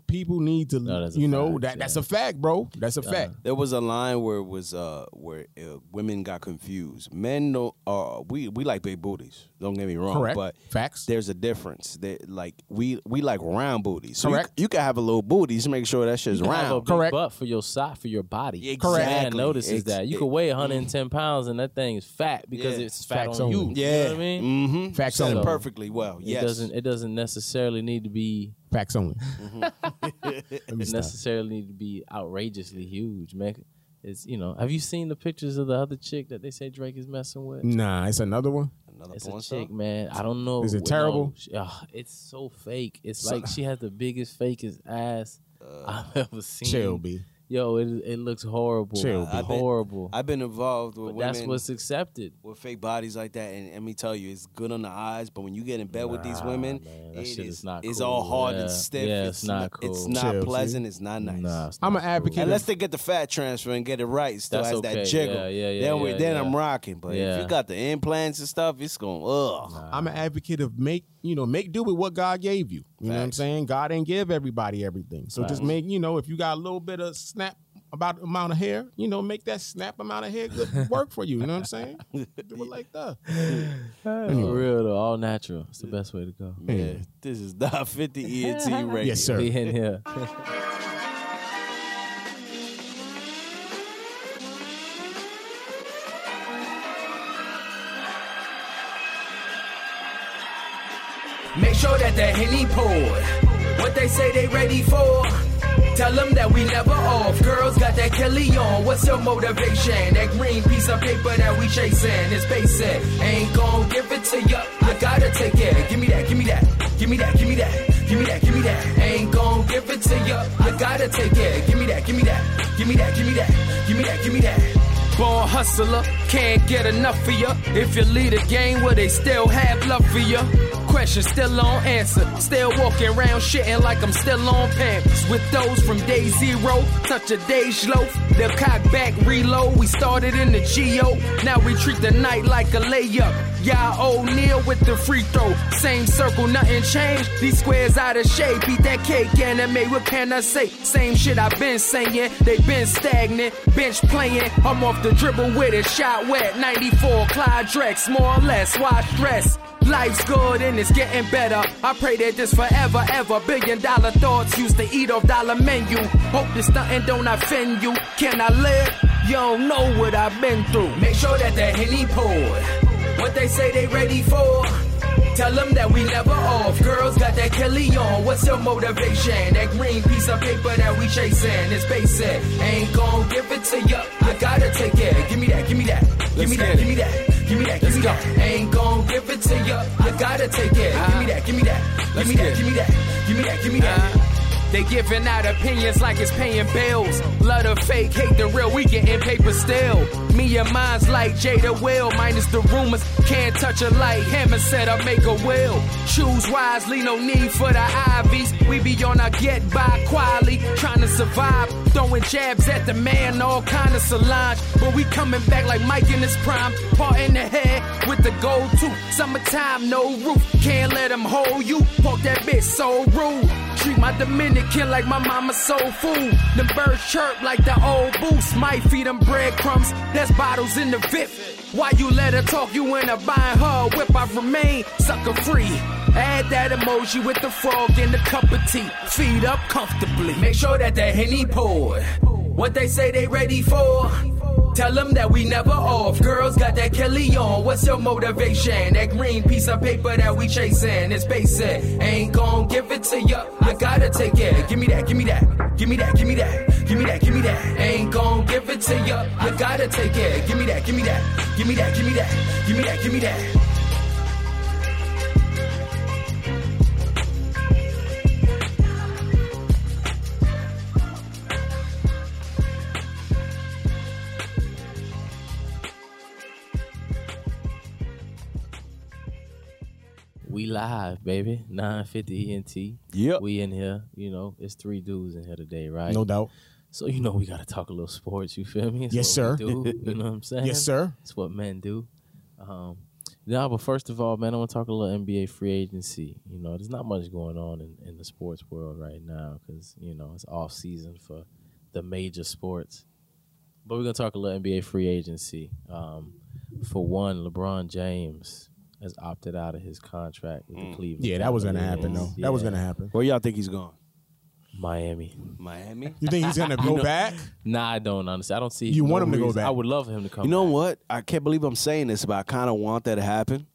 D: People need to,
E: No, that's a
D: you know,
E: fact,
D: that
E: yeah.
D: that's a fact, bro. That's a fact.
C: There was a line where it was uh where uh, women got confused. Men don't. Uh, we we like big booties. Don't get me wrong.
D: Correct.
C: But
D: Facts.
C: There's a difference. That like we we like round booties. So
D: Correct.
C: You, you can have a little booty. Just make sure that shit's
E: You have a
C: round.
E: big
D: Correct.
E: butt for your size for your body.
C: Correct.
E: Man
C: Exactly.
E: notices
C: Ex-
E: that you could weigh 110 pounds and that thing is fat because
C: Yeah.
E: it's fat
D: mm. Facts
E: on you.
D: only. Mm.
E: You know what I mean?
C: Mm-hmm.
D: Facts
C: Said
D: only.
C: it perfectly well. Yes.
E: It doesn't. It doesn't necessarily need to be
D: Facts only. Let me stop.
E: necessarily need to be outrageously huge, man. It's you know. Have you seen the pictures of the other chick that they say Drake is messing with?
D: Nah, it's another one.
C: Another
E: It's
C: porn
E: a
C: star?
E: chick, man. I don't know.
D: Is it
E: No,
D: terrible?
E: she- ah, it's so fake. It's like she has the biggest, fakest ass I've ever seen.
D: Uh, Chill, B.
E: Yo, it it looks horrible.
D: Chill, B.
C: I've been-
E: horrible.
C: I've been involved with
E: but
C: women
E: that's what's accepted.
C: with fake bodies like that, and let me tell you, it's good on the eyes. But when you get in bed with these
E: Nah,
C: women,
E: man, that
C: it
E: shit is not
C: It's all
E: cool.
C: hard
E: Yeah.
C: and stiff.
E: Yeah, it's not
C: n- It's
E: cool.
C: not
D: Chill, see?
C: pleasant. It's not nice.
E: Nah, it's
D: I'm
E: not
D: an advocate.
C: Unless they get the fat transfer and get it right, it still
E: That's
C: has
E: okay.
C: that jiggle.
E: Yeah, yeah, yeah,
C: Then, we,
E: yeah,
C: then
E: yeah.
C: I'm rocking. But if
E: Yeah.
C: you got the implants and stuff, it's going ugh.
D: I'm an advocate of make you know make do with what God gave you. You know what I'm
C: Facts.
D: saying? God ain't give everybody everything, so just
E: Facts.
D: make you know if you got a little bit of snap about amount of hair, you know, make that snap amount of hair good work for you. You know what I'm saying? do it like that.
E: cool. For real though, all natural. It's the best way to go.
C: Yeah, this is not 50 ENT radio.
D: Yes, sir.
E: Be in here.
H: Make sure that that Henny poured. What they say they ready for. Tell them that we never off. Girls got that Kelly on. What's your motivation? That green piece of paper that we chasing. It's basic. Ain't gon' give it to ya. I gotta take it. Give me that, give me that. Give me that, give me that. Give me that, give me that. Ain't gon' give it to ya. I gotta take it. Give me that, give me that. Give me that, give me that. Give me that, give me that. Born hustler, can't get enough of ya. If you lead a game, will they still have love for ya? Question still on answer. Still walking around shitting like I'm still on Pampers. With those from day zero, touch a day's loaf. The cock back reload, we started in the Geo. Now we treat the night like a layup. Y'all O'Neal with the free throw. Same circle, nothing changed. These squares out of shape. Beat that cake anime, what can I say? Same shit I've been saying. They been stagnant, bench playing. I'm off the dribble with it, shot wet. 94 Clyde Drex, more or less. Why stress? Life's good and it's getting better. I pray that this forever, ever. Billion dollar thoughts used to eat off dollar menu. Hope this stunting don't offend you. Can I live? You don't know what I've been through. Make sure that that Henny poured. What they say they ready for. Tell them that we never off. Girls got that Kelly on. What's your motivation? That green piece of paper that we chasing. It's basic. Ain't gon' give it to ya. I gotta take it. Give me that, give me that. Give
F: Let's
H: me that,
F: get
H: give me that. Give me that, give me
F: Let's
H: that. Ain't gon' give it to ya. I gotta take it. Give me that, give me that. Give
F: Let's
H: me that,
F: get
H: give me that. Give me that, give me that. They giving out opinions like it's paying bills. Love the fake, hate the real, we getting paper still. Me and mine's like Jada Will, minus the rumors. Can't touch a light, Hammer said I make a will. Choose wisely, no need for the ivies. We be on our get by quietly, trying to survive. Throwing jabs at the man, all kind of Solange. But we coming back like Mike in his prime. Part in the head with the gold tooth. Summertime, no roof. Can't let them hold you. Poke that bitch so rude. Treat my Dominican like my mama soul food. Them birds chirp like the old boots. Might feed them breadcrumbs. That's bottles in the VIP. Why you let her talk you in a buying her a whip? I remain sucker free. Add that emoji with the frog and the cup of tea. Feed up comfortably. Make sure that that henny poured. What they say they ready for. Tell them that we never off. Girls got that Kelly on. What's your motivation? That green piece of paper that we chasing. It's basic. Ain't gon' give it to ya. I gotta take it. Give me that, give me that. Give me that, give me that. Give me that, give me that. Ain't gon' give it to ya. I gotta take it. Give me that, give me that. Give me that, give me that. Give me that, give me that.
E: We live, baby. 950 ENT.
C: Yep.
E: We in here. You know, it's three dudes in here today, right?
D: No doubt.
E: So you know we gotta talk a little sports. You feel me? It's
D: Yes,
E: what
D: sir.
E: we do, you know what I'm saying?
D: Yes, sir.
E: It's what men do. Um, nah, but first of all, man, I want to talk a little NBA free agency. You know, there's not much going on in, in the sports world right now because you know it's off season for the major sports. But we're gonna talk a little NBA free agency. Um, for one, LeBron James has opted out of his contract with
C: Mm.
E: the Cleveland.
D: Yeah, that was gonna happen
E: Cavaliers.
D: though. That was
E: Yeah.
D: gonna happen.
C: Where y'all think he's going?
E: Miami.
C: Miami.
D: You think he's gonna go back?
E: Nah, I don't honestly. I don't see.
D: You want him to go
E: reason-
D: back.
E: I would love him to come.
C: You know
E: back.
C: what? I can't believe I'm saying this, but I kind of want that to happen.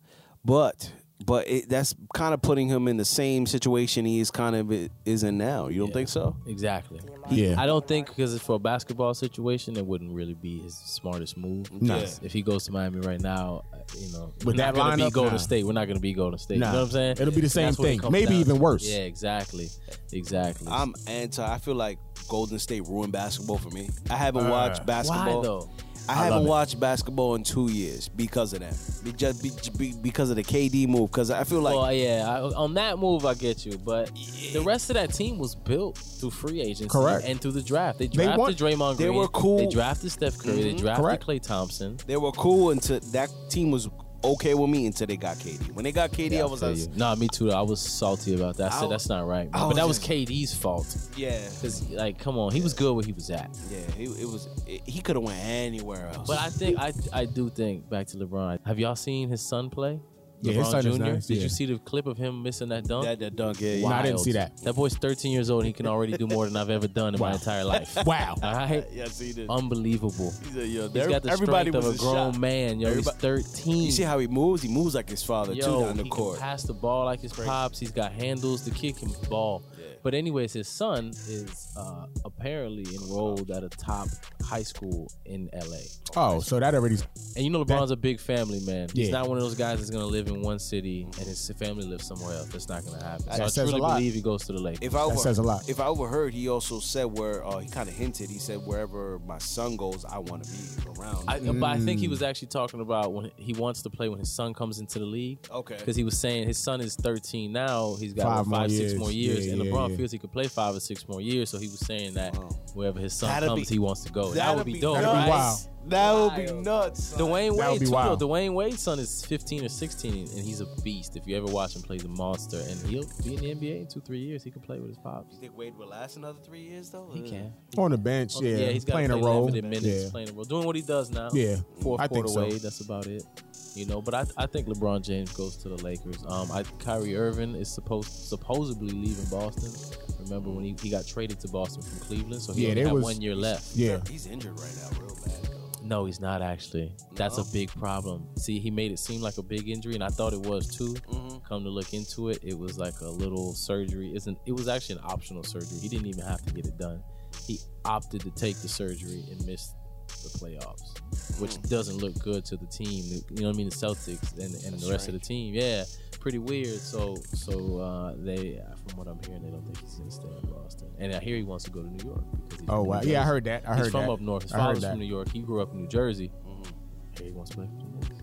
C: But but it, that's kind of putting him in the same situation he is kind of i- is in now. You don't think so?
E: Exactly.
D: Yeah.
E: I don't think because it's for a basketball situation, it wouldn't really be his smartest move.
D: Nah.
E: Because If he goes to Miami right now, uh, you know,
D: With
E: we're
D: that
E: not gonna
D: lineup,
E: be Golden
D: nah.
E: State. We're not going to be Golden State.
D: Nah.
E: You know what I'm saying?
D: It'll be the same
E: That's what it
D: thing.
E: comes
D: Maybe
E: down
D: even
E: to.
D: worse.
E: Yeah, exactly, exactly.
C: I'm anti. I feel like Golden State ruined basketball for me. I haven't watched basketball.
E: Why though?
C: I, haven't watched basketball in two years because of that. Be- Just be- be- because of the KD move. Because I feel like
E: well, yeah, I, on that move, I get you, but the rest of that team was built through free agency
D: Correct.
E: and through the draft. They drafted
D: want-
E: Draymond
C: They
E: Green.
C: were cool. Mm-hmm.
E: They drafted Steph Curry. They drafted
D: Correct.
E: Klay Thompson.
C: they were cool until that team was okay with me until they got KD. When they got KD, I was
E: Tell
C: like,
E: you. Nah, me too. I was salty about that. I
C: I-
E: said that's not right, man."
C: I
E: but that
C: was
E: was
C: just-
E: KD's fault.
C: yeah,
E: Cause like, come on, he was good where he was at.
C: yeah. It, it was. It, he could have went anywhere else.
E: But I think I I do think back to LeBron. Have y'all seen his son play?
D: Yeah, his
E: LeBron
D: son
E: Jr.
D: is nice,
E: Did
D: yeah.
E: you see the clip of him missing that dunk?
C: That, that dunk, yeah. yeah.
D: Nah, I didn't
E: Wild.
D: see that.
E: That boy's 13 years old. He can already do more than I've ever done in my
D: Wow.
E: entire life.
D: Wow.
E: All right?
C: Yes, he did.
E: Unbelievable.
C: He's a- yo,
E: Um, He's got the
C: everybody
E: strength
C: was
E: of a grown
C: shot.
E: man. Yo, he's
C: Everybody-
E: 13.
C: You see how he moves? He moves like his father
E: Yo,
C: too down the
E: he
C: court.
E: can pass the ball like his pops. He's got handles. The kid can ball. But anyways, his son is uh, apparently enrolled at a top high school in LA.
D: Oh, so that already.
E: And you know LeBron's a big family man. He's
D: Yeah.
E: not one of those guys that's gonna live in one city and his family lives somewhere else. That's not gonna happen. So I
D: says a
E: truly
D: lot.
E: believe he goes to the lake.
C: If I over,
D: says a lot.
C: If I overheard, he also said where uh, he kind of hinted. He said wherever my son goes, I want to be around.
E: I, But I think he
D: Mm.
E: was actually talking about when he wants to play when his son comes into the league.
C: Okay.
E: Because he was saying his son is 13 now. He's got
D: Five
E: what, five,
D: more
E: six
D: years.
E: more years.
D: Yeah,
E: and
D: yeah,
E: LeBron
D: yeah.
E: feels he could play five or six more years. So he was saying that
C: Wow.
E: wherever his son
C: That'd
E: comes,
C: be-
E: he wants to go. And that
C: That'd
E: would be
C: be
E: dope.
D: That'd be
E: right?
D: wild.
C: that would be nuts.
E: Dwayne
D: That would
E: Wade,
D: be
E: too.
D: wild.
E: though. Dwayne Wade's son is 15 or 16, and he's a beast. If you ever watch him play, he's a monster. And he'll be in the NBA in two, three years. He can play with his pops.
C: You think Wade will last another three years though?
E: He can.
D: On the bench, yeah,
E: Oh, he's got
D: playing a
E: play
D: role.
E: Limited minutes,
D: yeah.
E: playing a role, doing what he does now.
D: Yeah,
E: fourth
D: I think
E: quarter
D: so.
E: Wade. That's about it. You know, but I, I think LeBron James goes to the Lakers. Um, I Kyrie Irving is supposed supposedly leaving Boston. Remember when he, he got traded to Boston from Cleveland? So he
D: Yeah,
E: only
D: they
E: had
D: was-
E: one year left.
D: yeah.
C: He's injured right now, real bad. Though.
E: No, he's not actually. That's
C: No?
E: a big problem. See, he made it seem like a big injury, and I thought it was too. Come to look into it, it was like a little surgery. Isn't it was actually an optional surgery. He didn't even have to get it done. He opted to take the surgery and missed the playoffs, which doesn't look good to the team. You know what I mean? The Celtics and, and the rest of the team. Yeah, pretty weird. So so uh, they, from what I'm hearing, they don't think he's gonna stay in Boston. And I hear he wants to go to New York. Because he's
D: Oh
E: from
D: wow,
E: New
D: yeah, I
E: Jersey.
D: heard that. I heard
E: He's from
D: that.
E: up north. His
D: I heard
E: father's
D: that.
E: from New York. He grew up in New Jersey.
D: Mm-hmm.
E: Hey, he wants to play for the Knicks.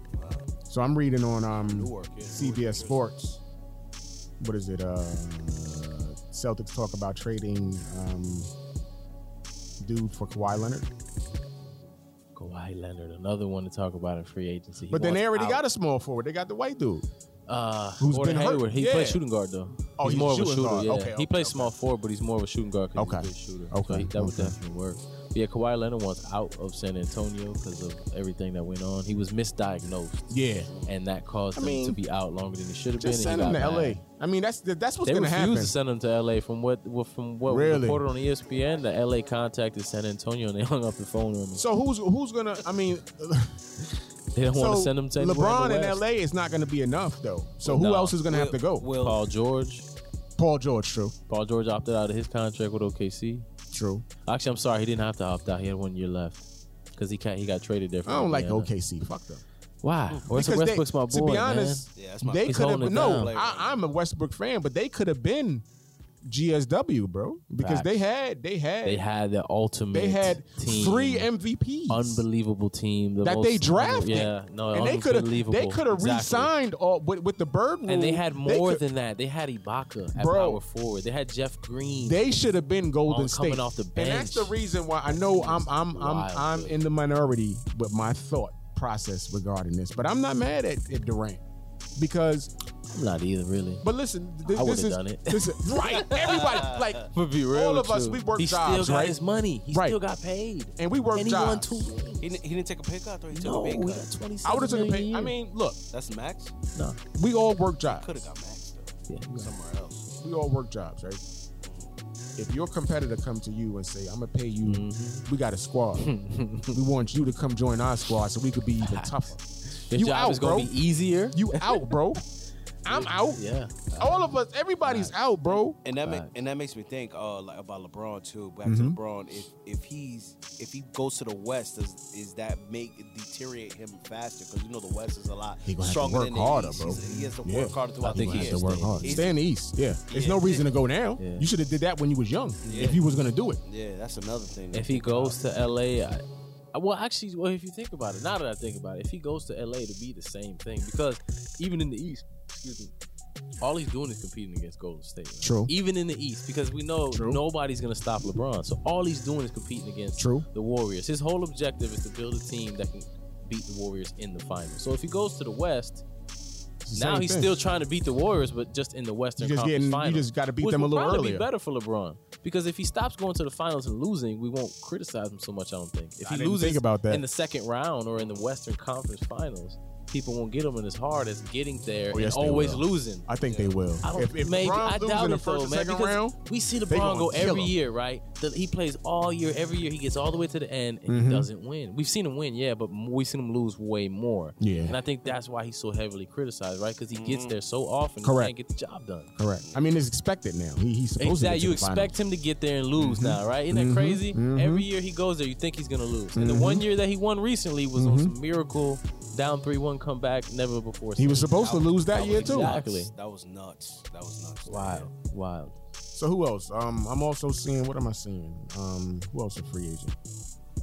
D: So I'm reading on um,
C: Newark, yeah,
D: CBS Sports. What is it? Uh, Celtics talk about trading um, dude for Kawhi Leonard,
E: Kawhi Leonard, another one to talk about in free agency. He
D: but then
E: wants
D: they already
E: out.
D: got a small forward. They got the white dude.
E: uh,
D: who's
E: Gordon
D: been hurt.
E: Hayward. He
D: Yeah.
E: plays shooting guard though.
D: Oh, he's
E: more
D: a
E: of a
D: shooting
E: shooter.
D: guard.
E: Yeah,
D: Okay,
E: he
D: okay,
E: plays
D: okay.
E: small forward, but he's more of a shooting guard. 'cause
D: Okay.
E: he's a good shooter.
D: Okay,
E: so he, that would
D: okay.
E: definitely work. But yeah, Kawhi Leonard wants out of San Antonio because of everything that went on. He was misdiagnosed,
D: Yeah,
E: and that caused
D: I
E: him
D: mean,
E: to be out longer than he should have been.
D: just
E: and he
D: send him
E: got
D: to
E: mad.
D: LA. I mean, that's that's what's
E: They
D: gonna
E: refused
D: happen.
E: to send him to LA. From what what- from what
D: Really?
E: was reported on E ESPN, the LA contacted San Antonio and they hung up the phone on him.
D: So who's who's gonna? I mean,
E: They don't
D: so
E: want to send him to anywhere
D: LeBron
E: in,
D: in
E: the West.
D: LA is not gonna be enough though. So who
E: No.
D: else is gonna have to go?
C: Will
E: Paul George.
D: Paul George, true,
E: Paul George opted out of his contract with OKC.
D: true.
E: Actually, I'm sorry, he didn't have to opt out. He had one year left because he can't, he got traded there. From
D: I don't like
E: Indiana.
D: OKC. Fuck them.
E: Why?
D: Because
E: Westbrook
D: they-
E: Westbrook's my boy.
D: To be honest,
C: Yeah, that's my
D: they
E: He's
D: could have
E: holding it
D: no.
E: down.
D: I, I'm a Westbrook fan, but they could have been GSW, bro, because
E: Facts.
D: they had they
E: man.
D: had
E: they had the ultimate.
D: they had
E: team,
D: three MVPs,
E: unbelievable team the
D: that
E: most-
D: they drafted.
E: Yeah, no,
D: and they could have
E: unbelievable.
D: they could have
E: Exactly.
D: re-signed all with, with the bird rule.
E: And they had more
D: could-
E: than that. They had Ibaka at
D: Bro.
E: power forward. They had Jeff Green.
D: They should have been Golden
E: On
D: State
E: coming off the
D: and that's the
E: bench.
D: reason why I know I'm I'm I'm
E: Wild,
D: I'm
E: dude.
D: in the minority with my thought process regarding this, but I'm not mad at, at Durant because.
E: I'm not either, really.
D: But listen, th-
E: I
D: this
E: would've
D: is
E: done it.
D: this is- right. Everybody like all of us. We work
E: he still
D: jobs,
E: got
D: right?
E: his money. He
D: Right.
E: still got paid.
D: And we work
E: and he
D: jobs.
E: won two rings.
C: He, didn't- he didn't take a pay cut. I thought he took
E: No,
C: a pay
E: we got
C: cut.
E: 27
D: I would have took a
E: million
D: pay.
E: year.
D: I mean, look,
C: That's max.
E: no.
D: we all work jobs.
C: Could have got max though.
E: Yeah.
C: Somewhere else.
D: We all work jobs, right? If your competitor come to you and say, "I'm gonna pay you,"
E: Mm-hmm.
D: we got a squad. we want you to come join our squad so we could be even tougher.
E: Your
D: You
E: job
D: out,
E: is gonna
D: bro.
E: be easier.
D: You out, bro. I'm out.
E: Yeah.
D: All of us, everybody's out, bro.
C: And that make,
E: Facts. Mm-hmm.
C: and that makes me think uh, like about LeBron too. Back to LeBron, if if he's if he goes to the West, does is that make deteriorate him faster? Because you know the West is a lot
D: He gonna have to
C: stronger
D: work
C: than the
D: harder,
C: East.
D: bro.
C: He's- He has to
D: Yeah.
C: work harder throughout the
E: think he
C: year.
E: has to work hard.
C: He's-
D: Stay in the East. Yeah, there's no
C: Yeah.
D: reason to go now.
E: Yeah.
D: You should have did that when you was young.
C: Yeah.
D: If you was gonna do it,
C: Yeah, that's another thing.
E: If he goes to LA, I, I- well, actually, well, if you think about it, now that I think about it, if he goes to LA, to be the same thing because even in the East, excuse me, all he's doing is competing against Golden State. right?
D: True.
E: Even in the East, because we know
D: True.
E: nobody's gonna stop LeBron, so all he's doing is competing against
D: True.
E: the Warriors. His whole objective is to build a team that can beat the Warriors in the finals. So if he goes to the West.
D: it's the
E: Now
D: same
E: he's
D: thing.
E: still trying to beat the Warriors, but just in the Western
D: You just
E: Conference
D: getting- you
E: Finals.
D: just gotta beat
E: which
D: them a
E: would
D: little
E: probably
D: earlier.
E: Be better for LeBron because if he stops going to the finals and losing, we won't criticize him so much. I don't think. If
D: I
E: he
D: didn't
E: loses
D: think about that.
E: in the second round or in the Western Conference Finals, people won't get them, and it's hard as getting there
D: Oh, yes,
E: and
D: they
E: always
D: will.
E: losing.
D: I think they will.
E: I don't,
D: if if
E: maybe,
D: Bron
E: I
D: lose
E: doubt
D: in the
E: it,
D: first and
E: though, man,
D: second
E: because
D: round,
E: we see
D: they
E: LeBron
D: gonna
E: go
D: kill
E: every
D: him.
E: year, right? The, he plays all year, every year. He gets all the way to the end and
D: Mm-hmm.
E: he doesn't win. We've seen him win, yeah, but m- we've seen him lose way more.
D: Yeah.
E: and I think that's why he's so heavily criticized, right? Because he gets there so often,
D: Correct.
E: he can't get the job done.
D: correct. I mean, it's expected now. He, he's supposed
E: Exactly.
D: to.
E: You
D: get to the Mm-hmm.
E: expect him to get there and lose now, right? Isn't that crazy? Every year he goes there, you think he's gonna lose. And the
D: Mm-hmm.
E: one year that he won recently was on some miracle down three one comeback, never before.
D: He was supposed to lose that year too.
E: exactly
I: That was nuts. That was nuts.
E: wild, wild.
D: So who else? Um, I'm also seeing. What am I seeing? Um, who else a free agent?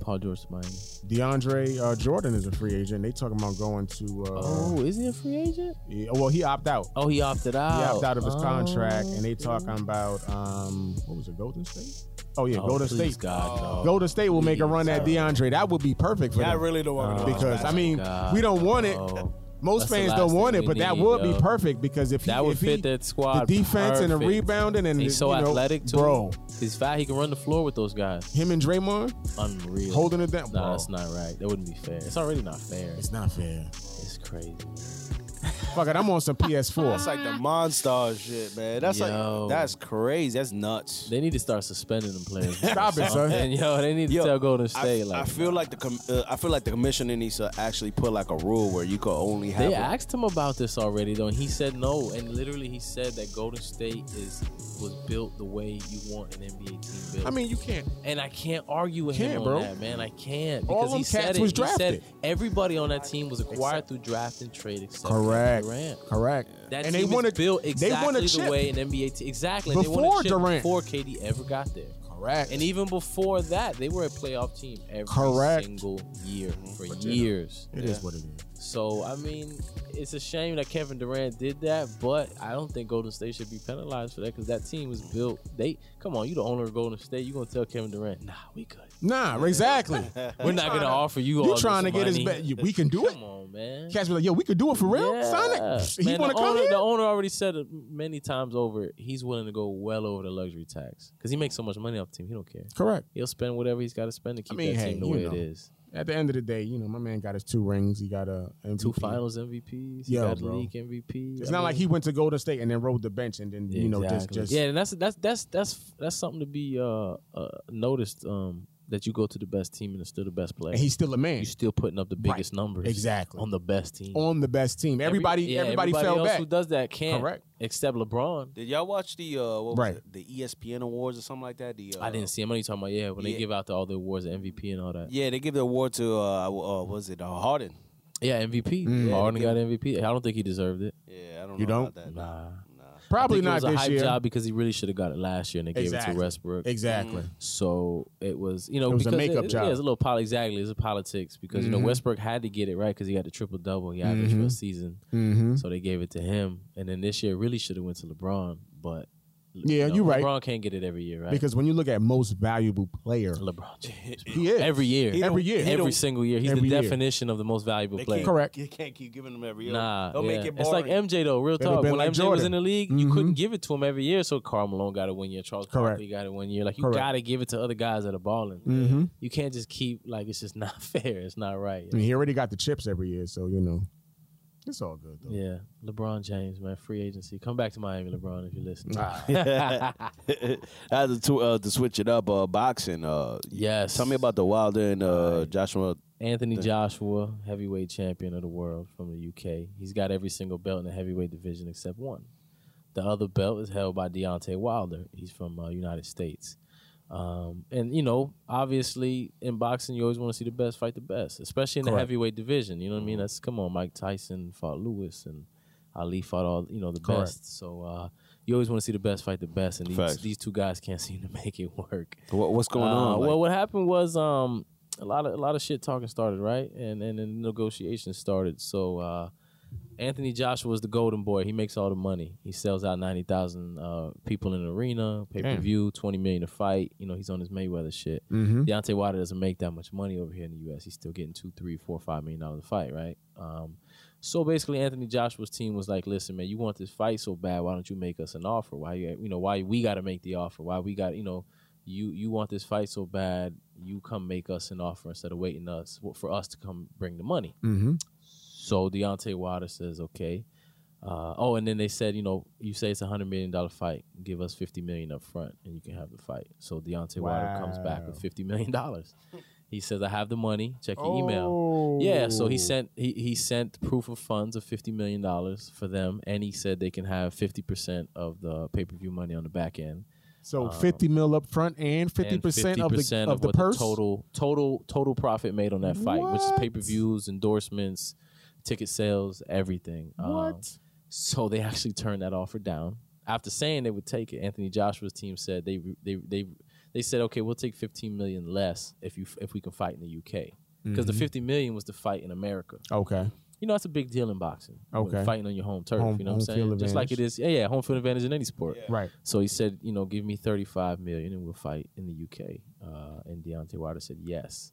E: Paul George to Miami.
D: DeAndre uh, Jordan is a free agent. They talking about going to. Uh,
E: Oh, is he a free agent?
D: yeah, well, he opted out.
E: Oh, he opted out.
D: He opted out of his
E: Oh,
D: contract, and they
E: okay.
D: talking about um, what was it, Golden State? Oh yeah,
E: Oh,
D: Golden
E: please,
D: State.
E: God, no.
D: Golden State will make a run at DeAndre. That would be perfect for
I: I
D: them. Uh,
I: really don't want to watch
D: because I mean,
E: God, Oh.
D: we don't want it.
E: no.
D: Most
E: That's the
D: fans
E: last
D: don't
E: thing
D: want it,
E: we
D: but that
E: need,
D: would
E: yo.
D: be perfect because if he,
E: That would
D: if he-
E: fit that squad.
D: the defense and the
E: perfect.
D: rebounding and
E: He's
D: the-
E: so
D: you know,
E: athletic too.
D: bro.
E: He's fat. He can run the floor with those guys.
D: Him and Draymond
E: Unreal.
D: holding it down.
E: Nah,
D: bro.
E: that's not right. That wouldn't be fair. It's already not fair.
D: It's not fair.
E: It's crazy.
D: Fuck it, I'm on some
I: That's
D: PS4.
I: like the Monstar shit, man. That's
E: Yo.
I: like that's crazy. That's nuts.
E: They need to start suspending them players.
D: Stop it, son.
E: And yo, they need to
I: Yo,
E: tell Golden State
I: I,
E: like
I: I feel like the com- uh, I feel like the commissioner needs to actually put like a rule where you could only have.
E: they
I: a-
E: asked him about this already though, and he said no. And literally, he said that Golden State is was built the way you want an NBA team built.
D: I mean, you can't.
E: and I can't argue with
D: Can't,
E: him on
D: bro.
E: that, man. I can't
D: All
E: because
D: them
E: he said
D: cats
E: it.
D: was
E: he said
D: drafted.
E: everybody on that team was acquired through draft and trade, except Kevin
D: Correct.
E: Durant.
D: Correct.
E: That
D: and
E: team
D: they want
E: is built
D: They won a
E: exactly
D: chip.
E: the way an NBA team exactly. and they won
D: Before
E: a chip
D: Durant.
E: before KD ever got there.
D: Correct.
E: And even before that, they were a playoff team every
D: Correct.
E: single year for years.
D: It is what it is.
E: So I mean, it's a shame that Kevin Durant did that, but I don't think Golden State should be penalized for that because that team was built. They come on, you the owner of Golden State, you gonna tell Kevin Durant, nah, we good.
D: Nah, exactly.
E: We're not gonna offer you. all
D: You
E: this
D: trying to get his
E: money."
D: bet? you- We can do it.
E: Come on, man.
D: Cats be like, yo, we could do it for real.
E: Yeah.
D: Sign it. He
E: Man,
D: want
E: the
D: to come
E: owner,
D: here.
E: The owner already said it many times over. He's willing to go well over the luxury tax because he makes so much money off the team. He don't care.
D: Correct.
E: He'll spend whatever he's got to spend to keep
D: mean,
E: that
D: hey,
E: team the
D: you
E: way
D: know.
E: it is.
D: At the end of the day, you know, my man got his two rings. He got a MVP.
E: Two Finals MVPs. He
D: Yo,
E: got
D: bro.
E: league MVP.
D: It's
E: I
D: not
E: mean-
D: like he went to Golden State and then rode the bench and then you know just
E: Exactly.
D: just
E: yeah. And that's that's that's that's that's something to be uh, uh noticed. Um, that you go to the best team and it's still the best player.
D: and he's still a man
E: You're still putting up the biggest numbers
D: Exactly.
E: on the best team.
D: on the best team.
E: Every-
D: Everybody
E: yeah,
D: everybody,
E: everybody
D: fell
E: else
D: back.
E: Who does that can't
D: Correct.
E: except LeBron.
I: Did y'all watch the uh, what was
D: Right.
I: it? the ESPN awards or something like that? The uh,
E: I didn't see him. I know you're talking about yeah when they
I: yeah.
E: give out the, all the awards, the MVP and all that.
I: Yeah, they give the award to uh, uh was it uh, Harden?
E: Yeah, MVP.
D: Mm.
E: Harden got MVP. I don't think he deserved it.
I: Yeah, I don't.
D: You
I: know
D: don't?
I: About that. Nah.
D: Probably
E: I think
D: not
E: it was a
D: this
E: hype
D: year.
E: job because he really should have got it last year and they gave it
D: Exactly.
E: to Westbrook. Mm.
D: Exactly.
E: So it was, you know,
D: It was a
E: because
D: makeup
E: it,
D: job. Mm-hmm.
E: Yeah, it's a little poli- exactly. It's a politics because you know Westbrook had to get it right because he got the triple double. He averaged for a season,
D: Mm-hmm.
E: so they gave it to him. And then this year it really should have went to LeBron, but
D: Yeah,
E: you know,
D: you're right.
E: LeBron can't get it every year, right?
D: Because when you look at most valuable player,
E: LeBron James,
D: he is
E: every year,
D: Every year.
E: every single year, he's
D: Every
E: the
D: year.
E: definition of the most valuable player.
D: Correct.
I: You can't keep giving them every.
E: Nah,
I: don't
E: yeah.
I: make it
E: it's like
I: boring.
E: MJ though. Real
D: It'd've
E: talk.
D: been
E: When
D: like
E: MJ was
D: Jordan. Mm-hmm.
E: in the league, you couldn't give it to him every year. So Karl Malone got it one year. Charles
D: Correct.
E: Barkley got it one year. Like you
D: Correct. Mm-hmm.
E: gotta give it to other guys that are balling. You can't just keep like it's just not fair. It's not right.
D: I mean, he already got the chips every year, so you know, it's all good though.
E: Yeah, LeBron James, man, free agency. Come back to Miami, LeBron, if you listen.
I: I had to, uh, to switch it up. Uh, boxing. Uh,
E: Yes.
I: Tell me about the Wilder and uh, Joshua.
E: Anthony Joshua, heavyweight champion of the world from the UK. He's got every single belt in the heavyweight division except one. The other belt is held by Deontay Wilder. He's from uh, United States. Um, and you know, obviously, in boxing, you always want to see the best fight the best, especially in the heavyweight division. You know what I mean? That's come on, Mike Tyson fought Lewis, and Ali fought all you know the
D: Correct.
E: best. So uh, you always want to see the best fight the best, and these,
I: Facts.
E: these two guys can't seem to make it work.
I: What, what's going
E: Uh,
I: on? Like,
E: well, what happened was um a lot of a lot of shit talking started, right? And and then negotiations started. So uh, Anthony Joshua is the golden boy. He makes all the money. He sells out ninety thousand uh, people in the arena, pay per view, twenty million a fight. You know he's on his Mayweather shit.
I: Mm-hmm.
E: Deontay Wilder doesn't make that much money over here in the U.S. He's still getting two, three, four, five million dollars a fight, right? Um, so basically, Anthony Joshua's team was like, "Listen, man, you want this fight so bad? Why don't you make us an offer? Why you, you know, why we got to make the offer? Why we got, you know, you you want this fight so bad? You come make us an offer instead of waiting us for us to come bring the money." So Deontay Wilder says, okay. Uh, oh, and then they said, you know, you say it's a hundred million dollar fight. Give us fifty million up front, and you can have the fight. So Deontay Wilder comes back with fifty million dollars. He says, "I have the money. Check your email." Yeah, so he sent he, he sent proof of funds of fifty million dollars for them, and he said they can have fifty percent of the pay per view money on the back end.
D: So fifty mil up front and fifty
E: Um, and
D: percent of the
E: 50%
D: of the
E: what
D: purse.
E: total total total profit made on that fight, which is
D: What?
E: pay per views, endorsements, ticket sales, everything. Um,
D: What?
E: so they actually turned that offer down after saying they would take it. Anthony Joshua's team said they they they they said okay, we'll take fifteen million less if you if we can fight in the UK because the
D: Mm-hmm.
E: fifty million was to fight in America.
D: Okay.
E: You know, that's a big deal in boxing.
D: Okay.
E: Fighting on your home turf.
D: Home-
E: you know what I'm
D: home
E: saying?
D: field
E: Just like it
D: advantage.
E: is, yeah, yeah, home field advantage in any sport.
D: Right.
E: So he said, you know, give me 35 million and we'll fight in the UK. Uh, and Deontay Wilder said yes.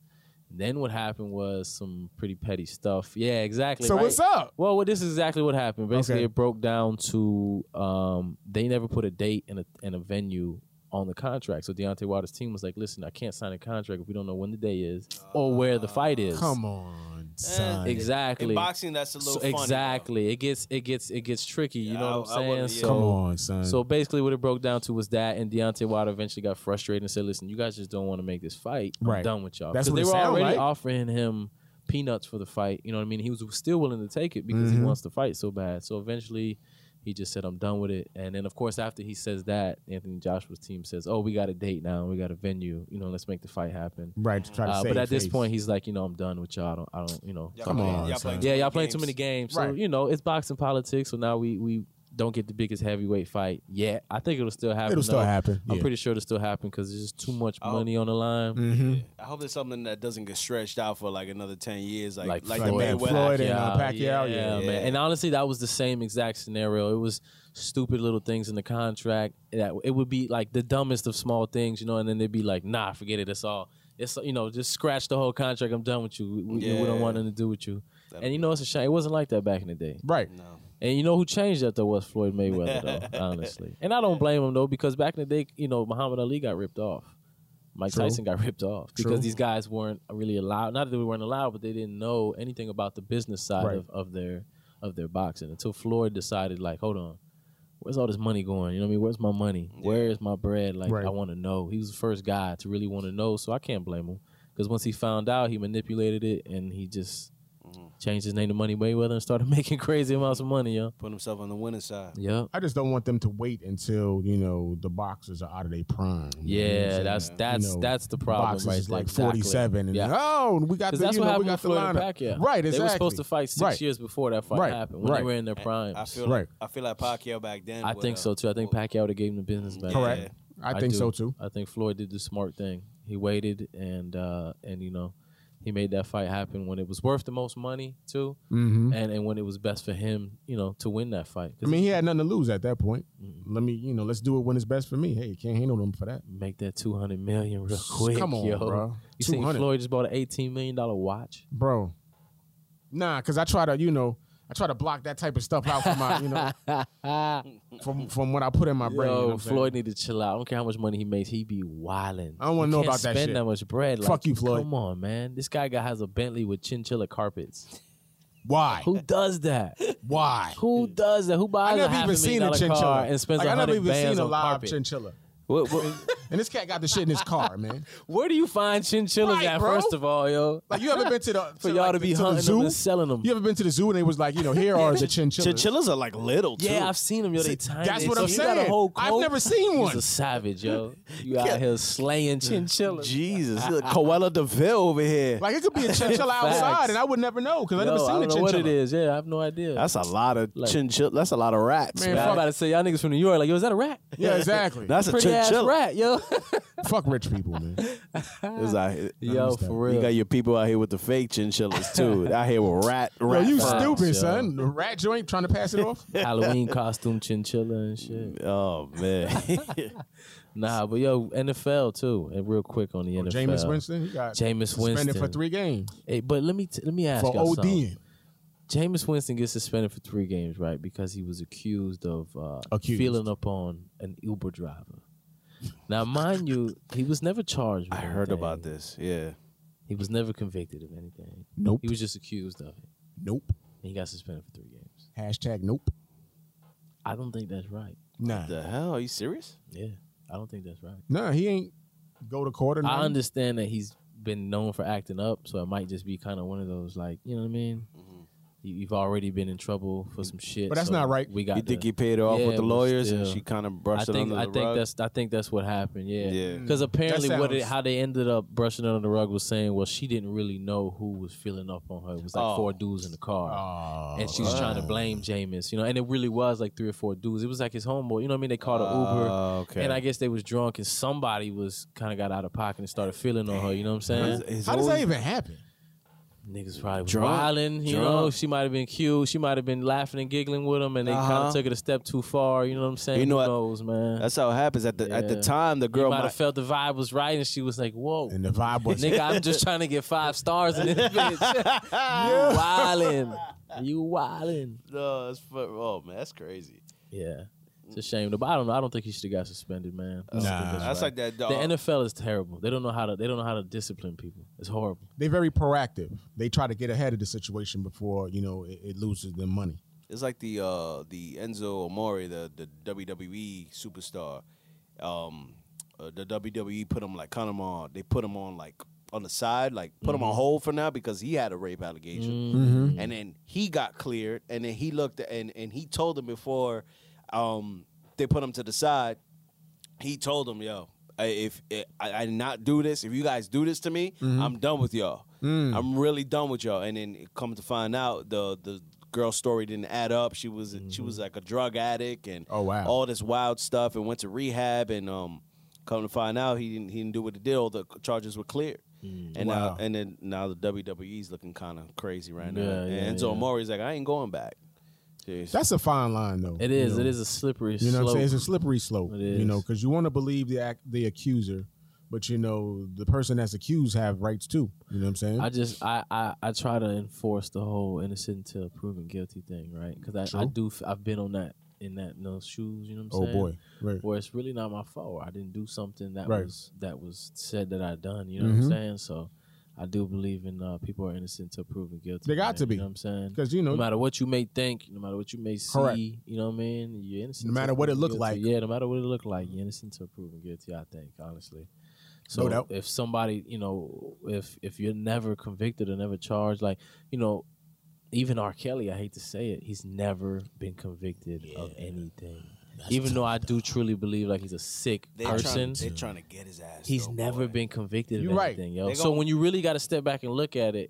E: Then what happened was some pretty petty stuff. Yeah, exactly.
D: So
E: right?
D: what's up?
E: Well, well, this is exactly what happened. Basically,
D: Okay.
E: it broke down to um, they never put a date and a and a venue on the contract. So Deontay Wilder's team was like, "Listen, I can't sign a contract if we don't know when the day is or where the fight is."
D: Come on, son.
E: Eh, exactly.
I: In boxing, that's a
E: So
I: little funny. though.
E: exactly. It gets it gets it gets tricky. You know what
I: I- I
E: I'm saying?
I: wouldn't-
E: so
I: yeah.
D: Come on, son.
E: so basically, what it broke down to was that, and Deontay Wilder eventually got frustrated and said, "Listen, you guys just don't want to make this fight. I'm
D: Right.
E: done with y'all."
D: That's
E: Because
D: what
E: they
D: it
E: were
D: sound
E: already
D: like.
E: offering him peanuts for the fight. You know what I mean? He was still willing to take it because
D: Mm-hmm.
E: he wants to fight so bad. So eventually, he just said, "I'm done with it." And then, of course, after he says that, Anthony Joshua's team says, "Oh, we got a date now. We got a venue. You know, let's make the fight happen."
D: right. To try to
E: Uh,
D: save
E: but at this
D: face.
E: point, he's like, you know, I'm done with y'all. I don't, I don't you know,
I: Y'all
D: Come
I: playing-
D: on,
I: y'all
D: son.
I: playing
E: yeah,
I: too
E: y'all playing too many
I: games.
E: games. So,
D: Right.
E: you know, it's boxing politics. So now we we don't get the biggest heavyweight fight yet. I think it'll still happen.
D: It'll still
E: though.
D: happen,
E: I'm
D: yeah. Mm-hmm.
E: pretty sure it'll still happen because there's just too much money on the line.
I: I hope it's something that doesn't get stretched out for like another ten years, like
E: Like
I: like,
E: Floyd.
I: the Mayweather.
D: Floyd and, uh, Pacquiao,
I: Yeah.
D: yeah.
E: man. And honestly, that was the same exact scenario. It was stupid little things in the contract that it would be like the dumbest of small things, you know. And then they'd be like, "Nah, forget it. It's all. It's you know, just scratch the whole contract. I'm done with you. We, we- we don't
I: Yeah.
E: want nothing to do with you." And you know, it's a shame. It wasn't like that back in the day.
D: right.
E: And you know who changed that though was Floyd Mayweather though, honestly. And I don't blame him though because back in the day, you know, Muhammad Ali got ripped off. Mike Tyson got ripped off because
D: True.
E: these guys weren't really allowed. Not that they weren't allowed, but they didn't know anything about the business side
D: Right.
E: of, of their of their boxing until Floyd decided like, hold on, where's all this money going? You know what I mean? Where's my money? Where is my bread? Like
D: Right.
E: I want to know. He was the first guy to really want to know, so I can't blame him because once he found out, he manipulated it and he just changed his name to Money Mayweather and started making crazy amounts of money, yo.
I: Put himself on the winning side.
E: Yep.
D: I just don't want them to wait until you know the boxers are out of their prime. You know what I'm
E: Yeah,
D: saying?
E: that's
D: You
E: that's
D: know,
E: that's the problem,
D: boxers
E: right?
D: is
E: there.
D: like
E: Exactly.
D: forty-seven, and
E: yeah.
D: oh, we got the
E: Because that's
D: you
E: what
D: know, we
E: happened
D: got
E: with
D: the
E: Floyd and
D: lineup.
E: Pacquiao.
D: Right, exactly.
E: They were supposed to fight six
D: Right.
E: years before that fight
D: Right,
E: happened when they
D: right.
E: were in their primes.
I: I
E: I,
I: feel
D: Right.
I: like I feel like Pacquiao back then. would,
E: think
I: uh,
E: so too. I think Pacquiao would have gave him the business back.
I: Correct.
D: Correct. I think
E: do.
D: so too.
E: I think Floyd did the smart thing. He waited and uh, and you know he made that fight happen when it was worth the most money too, and and when it was best for him, you know, to win that fight. 'Cause
D: I mean, he had nothing to lose at that point. Let me, you know, let's do it when it's best for me. Hey, can't handle them for that.
E: make that two hundred million real quick,
D: Come on,
E: yo.
D: bro.
E: You seen
D: 200.
E: Floyd just bought an eighteen million dollar watch?
D: bro. Nah, cause I try to, you know, I try to block that type of stuff out from my, you know, from from what I put in my brain. you know
E: Yo,
D: what I'm saying?
E: Floyd need to chill out. I don't care how much money he makes, he be wildin'.
D: I don't wanna
E: You
D: know
E: can't
D: about that
E: Spend
D: shit.
E: that much bread. Like,
D: Fuck you, Floyd.
E: Come on, man. This guy got has a Bentley with chinchilla carpets.
D: Why?
E: Who does that?
D: Why?
E: Who does that? Who buys
D: I
E: a
D: never even
E: half a million
D: seen a
E: dollar car
D: chinchilla.
E: and spends
D: like, I
E: a
D: never
E: hundred
D: even
E: bands
D: seen a
E: on
D: live
E: carpet?
D: chinchilla.
E: What- what-
D: And this cat got the shit in his car, man.
E: where do you find chinchillas
D: Right,
E: at?
D: bro.
E: First of all, yo,
D: Like you ever been to the to,
E: for
D: like,
E: y'all
D: the-
E: to be
D: to the
E: hunting
D: zoo?
E: them and selling them.
D: You ever been to the zoo and they was like, you know, here are the chinchillas.
I: Chinchillas are like little too.
E: yeah, I've seen them. Yo, they
D: See,
E: tiny.
D: that's what
E: So
D: I'm
E: he got a
D: saying.
E: whole
D: I've
E: coat.
D: never seen one.
E: He's a savage, yo. You out here slaying chinchillas.
I: Jesus, look, Coella Deville over here.
D: Like it could be a chinchilla
E: Facts.
D: outside, and I would never know because I never
E: Yo,
D: seen
E: I
D: a
E: don't know
D: chinchilla.
E: what it is. Yeah, I have no idea.
I: That's a lot of
E: Like-
I: chinchilla. That's a lot of rats.
D: Man,
E: Yeah,
I: man.
E: I'm about to say y'all niggas from New York, like, yo, is that a rat?
D: Yeah, exactly.
I: That's a
E: Pretty ass
I: chinchilla.
E: rat, yo.
D: Fuck rich people, man.
I: It's out here.
E: yo, for
I: You
E: real.
I: got your people out here with the fake chinchillas too. out here with rat,
D: Bro,
I: rat.
D: you
I: fur.
D: stupid,
E: yo.
D: son. The rat joint trying to pass it off.
E: Halloween costume chinchilla and shit.
I: oh man.
E: Nah, but yo, NFL too. And real quick on the NFL.
D: Jameis Winston, he got
E: Jameis
D: suspended for
E: Winston.
D: three games
E: Hey, but let me t- let me ask
D: for
E: y'all something.
D: ODing.
E: Jameis Winston gets suspended for three games, right? Because he was accused of uh,
D: Accused.
E: feeling up on an Uber driver. Now, mind you, he was never charged. With
I: I heard
E: anything.
I: about this. Yeah.
E: He was never convicted of anything.
D: Nope.
E: He was just accused of it.
D: Nope.
E: He got suspended for three games.
D: Hashtag nope.
E: I don't think that's right.
D: Nah.
J: The hell? Are you serious?
E: Yeah, I don't think that's right.
D: Nah, he ain't go to court or
E: I
D: nothing.
E: understand that he's been known for acting up, so it might just be kind of one of those like, you know what I mean?
J: Mm-hmm.
E: You, you've already been in trouble for some shit,
D: But that's
E: so
D: not right.
E: We got
J: You think
E: to-
J: he paid her off
E: Yeah,
J: with the
E: but
J: lawyers and
E: still.
J: she kind of
E: I
J: brushed it
E: think
J: under
E: I
J: the
E: think
J: rug?
E: that's I think that's what happened. Yeah,
J: Yeah.
E: Because apparently, what it,
D: Hmm. sounds-
E: how they ended up brushing it under the rug was saying, well, she didn't really know who was feeling up on her. It was like
J: Oh.
E: four dudes in the car,
D: Oh,
E: and she was trying to blame Jameis, you know. And it really was like three or four dudes. It was like his homeboy, you know what I mean? They called an Uber.
J: Oh, okay.
E: And I guess they was drunk, and somebody was kind of got out of pocket and started feeling on her. You know what I'm saying?
D: how does that even happen?
E: Niggas probably was
J: Drunk,
E: wilding. You
J: drunk.
E: know, she might have been cute. She might have been laughing and giggling with him, and they kind
J: Uh-huh.
E: of took it a step too far. You know what I'm saying?
J: You know
E: Who
J: what-
E: knows, man?
J: That's how it happens. At the at the
E: Yeah.
J: time, the
E: you
J: girl
E: might have
J: might.
E: felt the vibe was right, and she was like, "Whoa,
D: And the vibe was
E: nigga, I'm just trying to get five stars in this bitch. you wildin', you wildin'."
J: No, that's fu- oh man, that's crazy.
E: Yeah, it's a shame. But I don't know. I don't think he should have got suspended, man. I don't
D: Nah.
E: think
J: That's
E: right.
J: like that dog.
E: The NFL is terrible. They don't know how to. They don't know how to discipline people. It's horrible.
D: They're very proactive. They try to get ahead of the situation before you know it, it loses them money.
C: It's like the uh, the Enzo Amore, the the WWE superstar. Um, uh, the WWE put him like kind of on. They put him on like on the side, like put him on hold for now because he had a rape allegation,
D: Mm-hmm.
C: and then he got cleared, and then he looked and and he told them before um, they put him to the side. He told them, "Yo, I- if, if I, I did not do this, if you guys do this to me,
D: Mm-hmm.
C: I'm done with y'all.
D: Mm.
C: I'm really done with y'all." And then come to find out, the the girl's story didn't add up. She was she was like a drug addict and
D: Oh, wow.
C: all this wild stuff, and went to rehab. And um, come to find out, he didn't he didn't do what he did. All the charges were cleared.
E: Mm.
C: And
D: Wow.
C: now, and then now the WWE's looking kind of crazy right now.
E: Yeah, yeah,
C: and Enzo
E: yeah.
C: Amori's like, I ain't going back. Jeez.
D: That's a fine line, though.
E: It is. It is a slippery
D: You know
E: slope.
D: what I'm saying? It's a slippery slope.
E: It
D: You know,
E: is.
D: because you want to believe the ac- the accuser, but you know the person that's accused have rights too. You know what I'm saying?
E: I just I, I I try to enforce the whole innocent until proven guilty thing, right? Because I, I do f- I've been on that in that in those shoes. You know what I'm
D: oh
E: saying?
D: boy, right?
E: Where it's really not my fault. I didn't do something that
D: Right. Mm-hmm.
E: was that was said that I done. You know what I'm saying? So I do believe in uh, people are innocent until proven guilty.
D: They got
E: man,
D: to be.
E: You know what I'm saying?
D: Because you
E: No
D: know,
E: matter what you may think, no matter what you may see,
D: Correct.
E: you know what I mean. You're innocent.
D: No matter
E: till
D: what it
E: proven
D: look
E: guilty.
D: like.
E: yeah. No matter what it look like, you're innocent until proven guilty. I think honestly. So
D: No doubt.
E: if somebody, you know, if if you're never convicted or never charged, like you know, even R. Kelly, I hate to say it, he's never been convicted of anything. Even though I do truly believe like he's a sick person,
C: they're trying to get his ass.
E: he's never been convicted of
D: You right.
E: anything, yo.
C: They
E: so
C: gon-
E: when you really got to step back and look at it,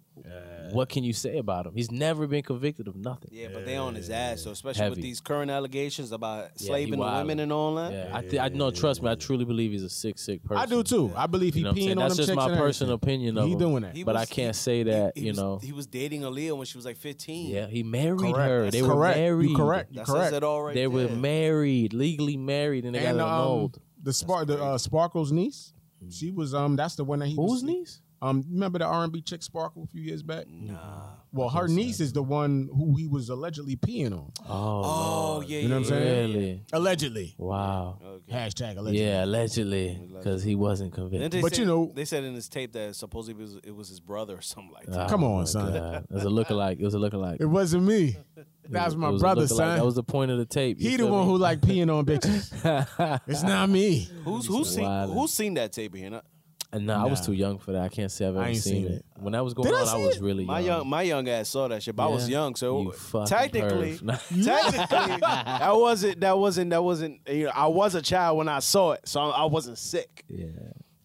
E: what can you say about him? He's never been convicted of nothing.
C: Yeah, but they on his ass. So especially
E: Heavy.
C: with these current allegations about
E: he
C: slaving the
E: wildin'.
C: women and all that.
E: Yeah, I, th- I no, trust me, I truly believe he's a sick, sick person.
D: I do too. I believe he
E: You know what I'm
D: peeing on
E: saying? That's
D: them
E: just
D: chicks
E: my
D: and
E: personal
D: everything.
E: opinion of
D: He
E: him.
D: doing that.
C: He
E: but I
C: was-
E: can't say
C: he-
E: that,
C: he
E: you
C: was-
E: know.
C: he was dating Aaliyah when she was like 15.
E: yeah, he married
D: Correct.
E: her.
D: That's
E: They were
D: correct. You
E: married.
D: correct. You
C: that
D: correct.
C: says it all right.
E: They
C: there.
E: were married, legally married, and they
D: and
E: got an
D: um,
E: old.
D: the spark, the uh, Sparkle's niece. She was um, that's the one that he was
E: Mm-hmm. Who's
D: sleeping-
E: niece?
D: Um, remember the R and B chick Sparkle a few years back? Nah. Well, her niece is the one who he was allegedly peeing on.
E: Oh,
C: Oh yeah,
D: You know what I'm
C: yeah,
D: saying?
E: really?
D: Allegedly.
E: Wow.
D: Hashtag allegedly.
E: Yeah, allegedly, because he wasn't
C: yeah.
E: convicted.
C: They
D: But
C: said-
D: you know-
C: they said in his tape that supposedly it was, it was his brother or something like that.
E: Oh,
D: Come on,
E: my
D: son.
E: God. It was a lookalike. It was a lookalike.
D: It wasn't me. That
E: It
D: was my
E: it a
D: brother,
E: lookalike.
D: son.
E: That was the point of the tape. you
D: he the
E: feel
D: one
E: me?
D: who like peeing on bitches. it's not me.
C: who's who's seen
E: Wildin'.
C: who's seen that tape here? Not-
E: And nah, I was
D: Nah.
E: too young for that. I can't say I've ever
D: ain't
E: seen,
D: seen
E: it. When that was going
D: Did I
E: on, I,
D: see
E: was
D: it?
E: really
C: My young my young ass saw that shit, but I was
E: Yeah.
C: young, so
E: You fucking
C: technically,
E: perv.
C: technically, that wasn't that wasn't that wasn't. You know, I was a child when I saw it, so I wasn't sick.
E: Yeah.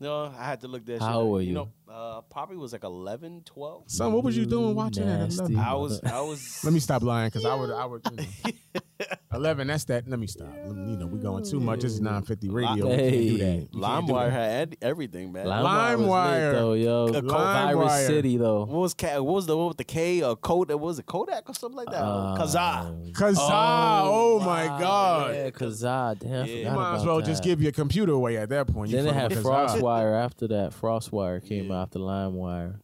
C: No, I had to look that.
E: How
C: shit up.
E: old were you?
C: You know, uh, probably was like 11, 12.
D: Son, what was you doing watching that? at
E: Nasty.
D: 11?
C: I was I was
D: Let me stop lying because I would I would. You know. Eleven. That's that. Let me stop. Let me- you know we going too much. This is nine fifty radio. We can't do that.
E: Hey.
D: We can't do
C: LimeWire
D: that.
C: had everything, man.
E: LimeWire was
D: LimeWire.
E: lit, though, yo. Virus
D: LimeWire.
E: City, though.
C: What was Ka- what was the one with the K or Kodak? What was it Kodak or something like that?
E: Uh,
C: Kazaa.
D: Kazaa. Oh, my God.
E: Yeah, Kazaa. Damn, I
D: You
E: forgot
D: might as
E: about
D: well
E: that.
D: just give your computer away at that point. You
E: Then it
D: fucking Ah,
E: had
D: Kazaa.
E: FrostWire after that. FrostWire came out after LimeWire.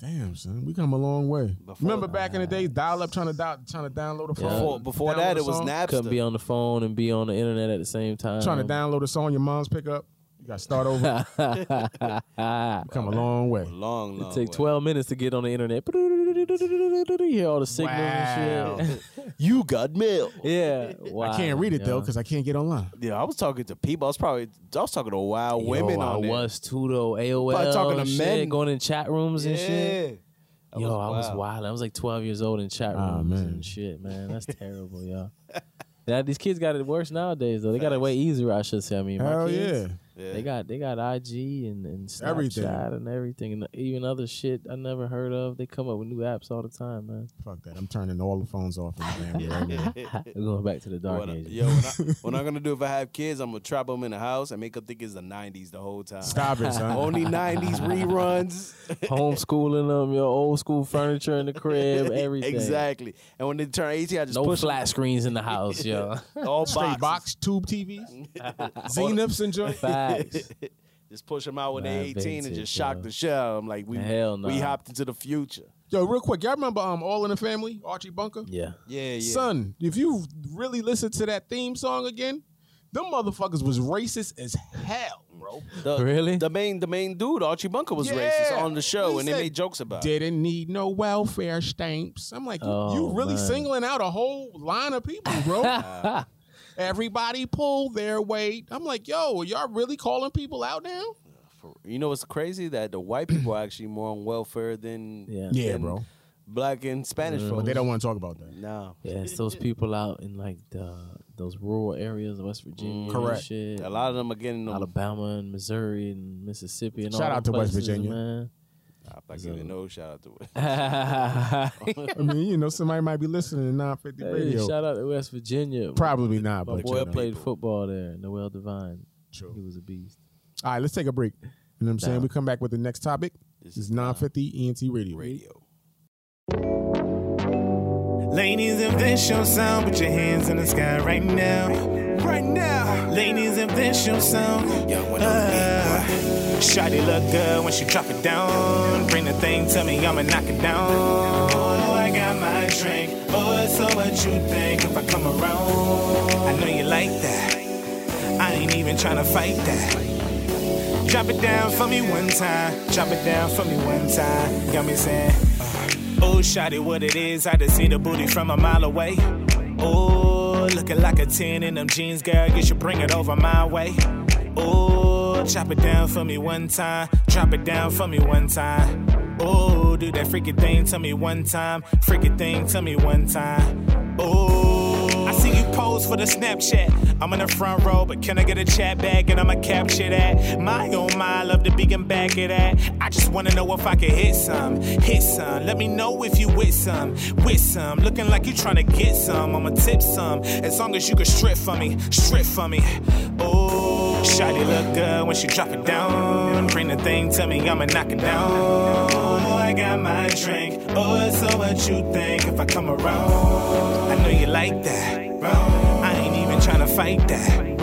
D: Damn, son, we come a long way.
C: Before-
D: Remember back in the days, dial up trying to dial, trying to download a phone.
C: Before, before
D: Download
C: that,
D: a
C: it was
D: song?
C: Napster.
E: Couldn't be on the phone and be on the internet at the same time.
D: Trying to download a song your mom's pick up. You got to start over. we come a long way.
C: long, long.
E: It take
C: way.
E: Oh, 12 minutes to get on the internet. You hear all the signals and shit.
C: You got mail.
E: Yeah. Wow.
D: I can't read it though
E: yo.
D: because I can't get online.
I: Yeah, I was talking to people. I was probably I was talking to wild women
E: Yo, I
I: on there.
E: was too though. AOL.
I: Probably talking to
E: shit,
I: men.
E: going in chat rooms and shit.
I: I
E: yo, I was
I: wild.
E: wild. I was like 12 years old in chat rooms
D: man.
E: and shit, man. That's terrible, yo. Now these kids got it worse nowadays though. They got it way easier, I should say. I mean, my
D: Hell
E: kids,
D: yeah.
I: Yeah.
E: They got they got IG and, and Snapchat
D: Everything.
E: and everything and even other shit I never heard of. They come up with new apps all the time, man.
D: Fuck that. I'm turning all the phones off in the family right now.
E: We're going back to the dark
I: What I-
E: ages.
I: yo, what, I, what I'm gonna do if I have kids, I'm gonna trap them in a house and make them think it's the '90s the whole time.
D: Stop it, son.
I: Only '90s reruns.
E: Homeschooling them, your old school furniture in the crib, everything.
I: exactly. And when they turn 18, I just
E: No
I: push them
E: flat screens in the house, yo.
I: all
D: Straight
I: boxes.
D: box tube TVs, Zeniths and joint.
E: Facts.
I: Just push them out when
E: Nah,
I: they're 18 and
E: vintage,
I: just shock
E: yo.
I: the shell. I'm like, we
E: Hell nah.
I: we hopped into the future.
D: Yo, real quick, y'all remember um All in the Family, Archie Bunker?
E: Yeah.
I: Yeah, yeah.
D: Son, if you really listen to that theme song again, them motherfuckers was racist as hell, bro.
I: The-
E: Really?
I: The main the main dude, Archie Bunker, was
D: Yeah.
I: racist on the show,
D: He
I: and they
D: said,
I: made jokes about. it.
D: Didn't need no welfare stamps. I'm like, you, you
E: Oh,
D: really
E: man.
D: singling out a whole line of people, bro. Everybody pull their weight. I'm like, yo, are y'all really calling people out now?
I: You know what's crazy? That the white people are actually more on welfare than
E: Yeah. Mm.
D: Yeah,
I: than
D: bro.
I: Black and Spanish folks.
D: But they don't want to talk about that.
I: No.
E: Yeah, it's those people out in like the those rural areas of West Virginia, and
D: Correct.
E: Shit,
I: A lot of them are getting them.
E: Alabama and Missouri and Mississippi and
D: Shout
E: all
D: out
E: the
D: to West
E: places,
D: Virginia.
E: man.
I: I'm not giving no shout out to it.
E: hey,
D: I mean, you know, somebody might be listening to 950 radio.
E: shout out to West Virginia.
D: Probably not,
E: My
D: but
E: boy
D: you know.
E: played football there, Noel Devine.
D: True.
E: He was a beast.
D: All right, let's take a break. You know what I'm saying? We come back with the next topic. This is 950 ENT Radio.
I: Radio.
K: Ladies, if this your sound, put your hands in the sky right now. Right now. Ladies, if this your sound. Uh, Shawty look good when she drop it down. Bring the thing to me, I'ma knock it down. Oh, I got my drink. Oh, so what you think if I come around? I know you like that. I ain't even tryna fight that. Drop it down for me one time. Drop it down for me one time. You got me saying, Oh, shawty, what it is. I just see the booty from a mile away. Oh, looking like a 10 in them jeans, girl. You should bring it over my way. Oh, chop it down for me one time. Drop it down for me one time. Oh, do that freaky thing to me one time. Freaky thing to me one time. Oh, I see you pose for the Snapchat. I'm in the front row, but can I get a chat back and I'ma capture that? My oh my, I love to be getting back at that. I just wanna know if I can hit some, hit some. Let me know if you with some, with some. Looking like you tryna get some, I'ma tip some. As long as you can strip for me, strip for me. Oh, shawty look good when she drop it down. Bring the thing to me, I'ma knock it down. Oh, I got my drink. Oh, so what you think if I come around? I know you like that. I ain't even tryna fight that.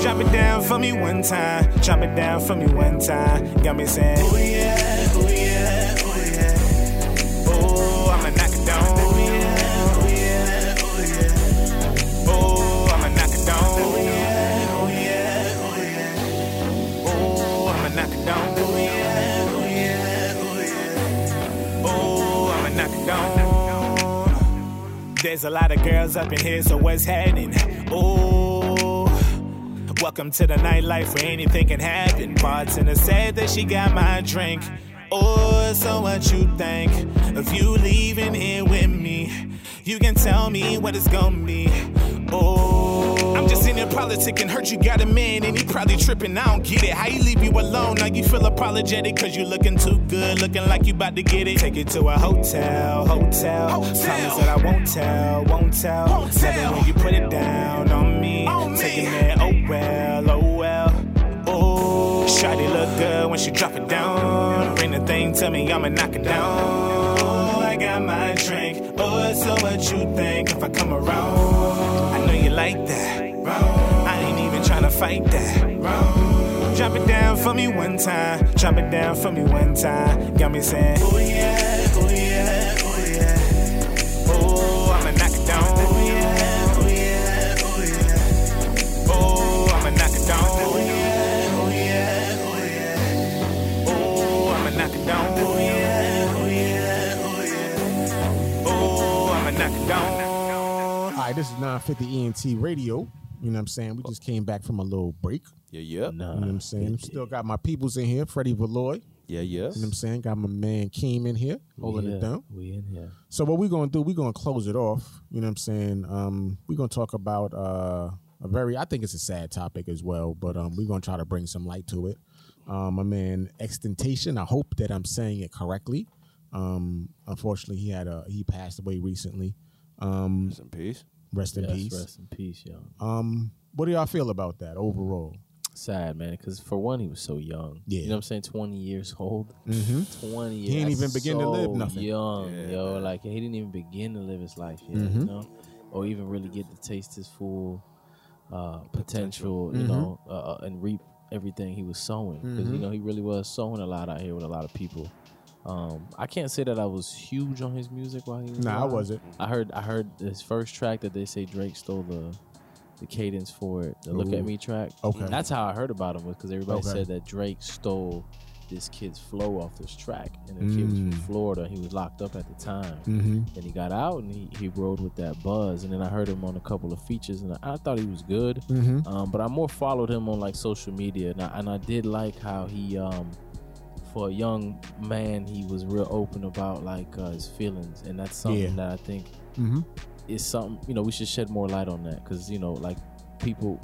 K: Drop it down for me one time. Drop it down for me one time. Got me saying, Oh yeah, oh yeah, oh yeah. Oh, I'ma knock it down. Oh yeah, oh yeah, oh yeah. Oh, I'ma knock it down. Oh yeah, oh yeah, oh yeah. Oh, I'ma knock it down. Oh yeah, oh yeah, oh yeah. Oh, I'ma knock it down. There's a lot of girls up in here, so what's happening? Ooh. Welcome to the nightlife where anything can happen. Bartender said that she got my drink. Oh, so what you think? If you leaving here with me, you can tell me what it's gonna be. Oh, I'm just in there politicking. Heard you got a man and he probably tripping. I don't get it. How you leave you alone? Now you feel apologetic cause you looking too good, looking like you about to get it. Take it to a hotel, hotel. Promise that I won't tell, won't tell. Won't tell. when you put it down on me. Taking it, oh well, oh well. Oh, shawty look good when she drop it down. Bring the thing to me, I'ma knock it down. Oh, I got my drink. Oh, so what you think if I come around? I know you like that. I ain't even tryna fight that. Drop it down for me one time. Drop it down for me one time. Got me saying, Oh yeah, oh yeah, oh yeah. Oh, I'ma knock it down. Oh yeah, oh yeah, oh yeah. Oh, I'ma knock it down. Oh yeah, oh yeah, oh yeah. Oh, I'ma knock it down. Oh yeah, oh yeah, oh yeah.
D: All right, this is 950 ENT Radio. You know what I'm saying? We just came back from a little break.
L: Yeah, yeah.
D: You know what I'm saying? Still got my peoples in here, Freddie Valoy.
L: Yeah, yeah.
D: You know what I'm saying? Got my man Keem in here holding
E: yeah,
D: it down.
E: We in here.
D: So what we're gonna do, we're gonna close it off. You know what I'm saying? Um, we're gonna talk about uh, a very I think it's a sad topic as well, but um we're gonna try to bring some light to it. Um my man Extentation, I hope that I'm saying it correctly. Um unfortunately he had a he passed away recently. Um
C: Some peace.
D: rest in
E: Yes,
D: peace.
E: rest in peace, y'all.
D: Um what do y'all feel about that overall?
E: Sad, man, because for one, he was so young.
D: Yeah. Mm-hmm.
E: You know what I'm saying? 20 years old. 20 years.
D: He ain't even
E: That's
D: begin to live
E: so
D: nothing.
E: young, yo. Like, he didn't even begin to live his life yet,
D: Mm-hmm.
E: you know? Or even really get to taste his full uh, potential, you know,
D: Mm-hmm.
E: uh, uh, and reap everything he was sowing. Because, you know, he really was sowing a lot out here with a lot of people. Um, I can't say that I was huge on his music while he was
D: Nah, I
E: alive.
D: wasn't.
E: I heard I heard his first track that they say Drake stole the the cadence for it, the "Look
D: Ooh.
E: at Me" track.
D: Okay.
E: that's how I heard about him was because everybody
D: Okay.
E: said that Drake stole this kid's flow off this track, and the kid was from
D: Mm.
E: Florida. He was locked up at the time,
D: Mm-hmm.
E: and he got out and he, he rode with that buzz. And then I heard him on a couple of features, and I, I thought he was good.
D: Mm-hmm.
E: Um, but I more followed him on like social media, and I, and I did like how he. Um, for a young man, he was real open about like uh, his feelings, and that's something
D: Yeah. Mm-hmm.
E: that I think is something you know we should shed more light on that because you know like people,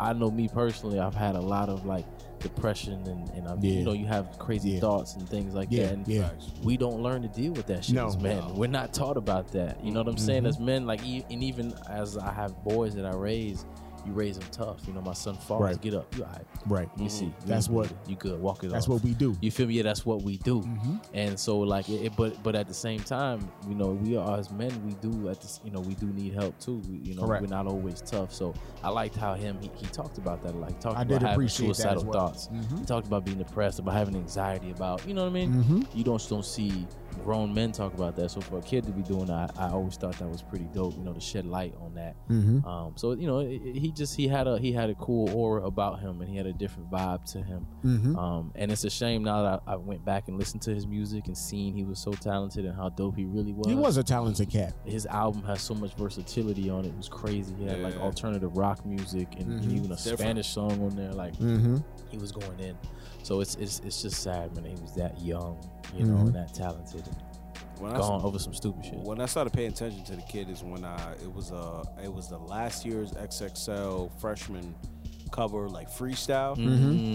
E: I know me personally, I've had a lot of like depression and and I've,
D: Yeah.
E: you know you have crazy
D: Yeah.
E: thoughts and things like
D: Yeah,
E: that. And
D: yeah.
E: we don't learn to deal with that shit
D: No. Mm-hmm.
E: as men. We're not taught about that. You know what I'm saying? As men, like e- and even as I have boys that I raise. You raise them tough, you know. My son falls,
D: Right.
E: get up. You all right?
D: Right.
E: You see,
D: That's
E: you-
D: what-
E: Mm-hmm. you good. Walk it
D: That's
E: off.
D: what we do. Mm-hmm.
E: You feel me? Yeah, that's what we do. And so, like, it, it- but but at the same time, you know, we are as men, we do at this, you know, we do need help too. We, you know,
D: Correct.
E: we're not always tough. So I liked how him he, he talked about that. Like, talked
D: I
E: about
D: did
E: having
D: appreciate that as
E: suicidal
D: well. Mm-hmm.
E: thoughts. He talked about being depressed, about having anxiety, about you know what I mean.
D: Mm-hmm.
E: You don't don't see grown men talk about that. So for a kid to be doing that, I, I always thought that was pretty dope. You know, to shed light on that.
D: Mm-hmm,
E: Um, so you know, it- it- he just he had a he had a cool aura about him, and he had a different vibe to him.
D: mm-hmm.
E: Um, and it's a shame now that I, I went back and listened to his music and seen he was so talented and how dope he really was.
D: He was a talented cat.
E: His album has so much versatility on it. It was crazy. He had like alternative rock music and,
D: Mm-hmm.
E: and even a Spanish song on there. Like he was going in. So it's it's it's just sad, man. that He was that young, you
D: Mm-hmm.
E: know, and that talented, and
C: When I,
E: gone over some stupid shit.
C: when I started paying attention to the kid is when I it was uh it was the last year's XXL freshman cover like freestyle. It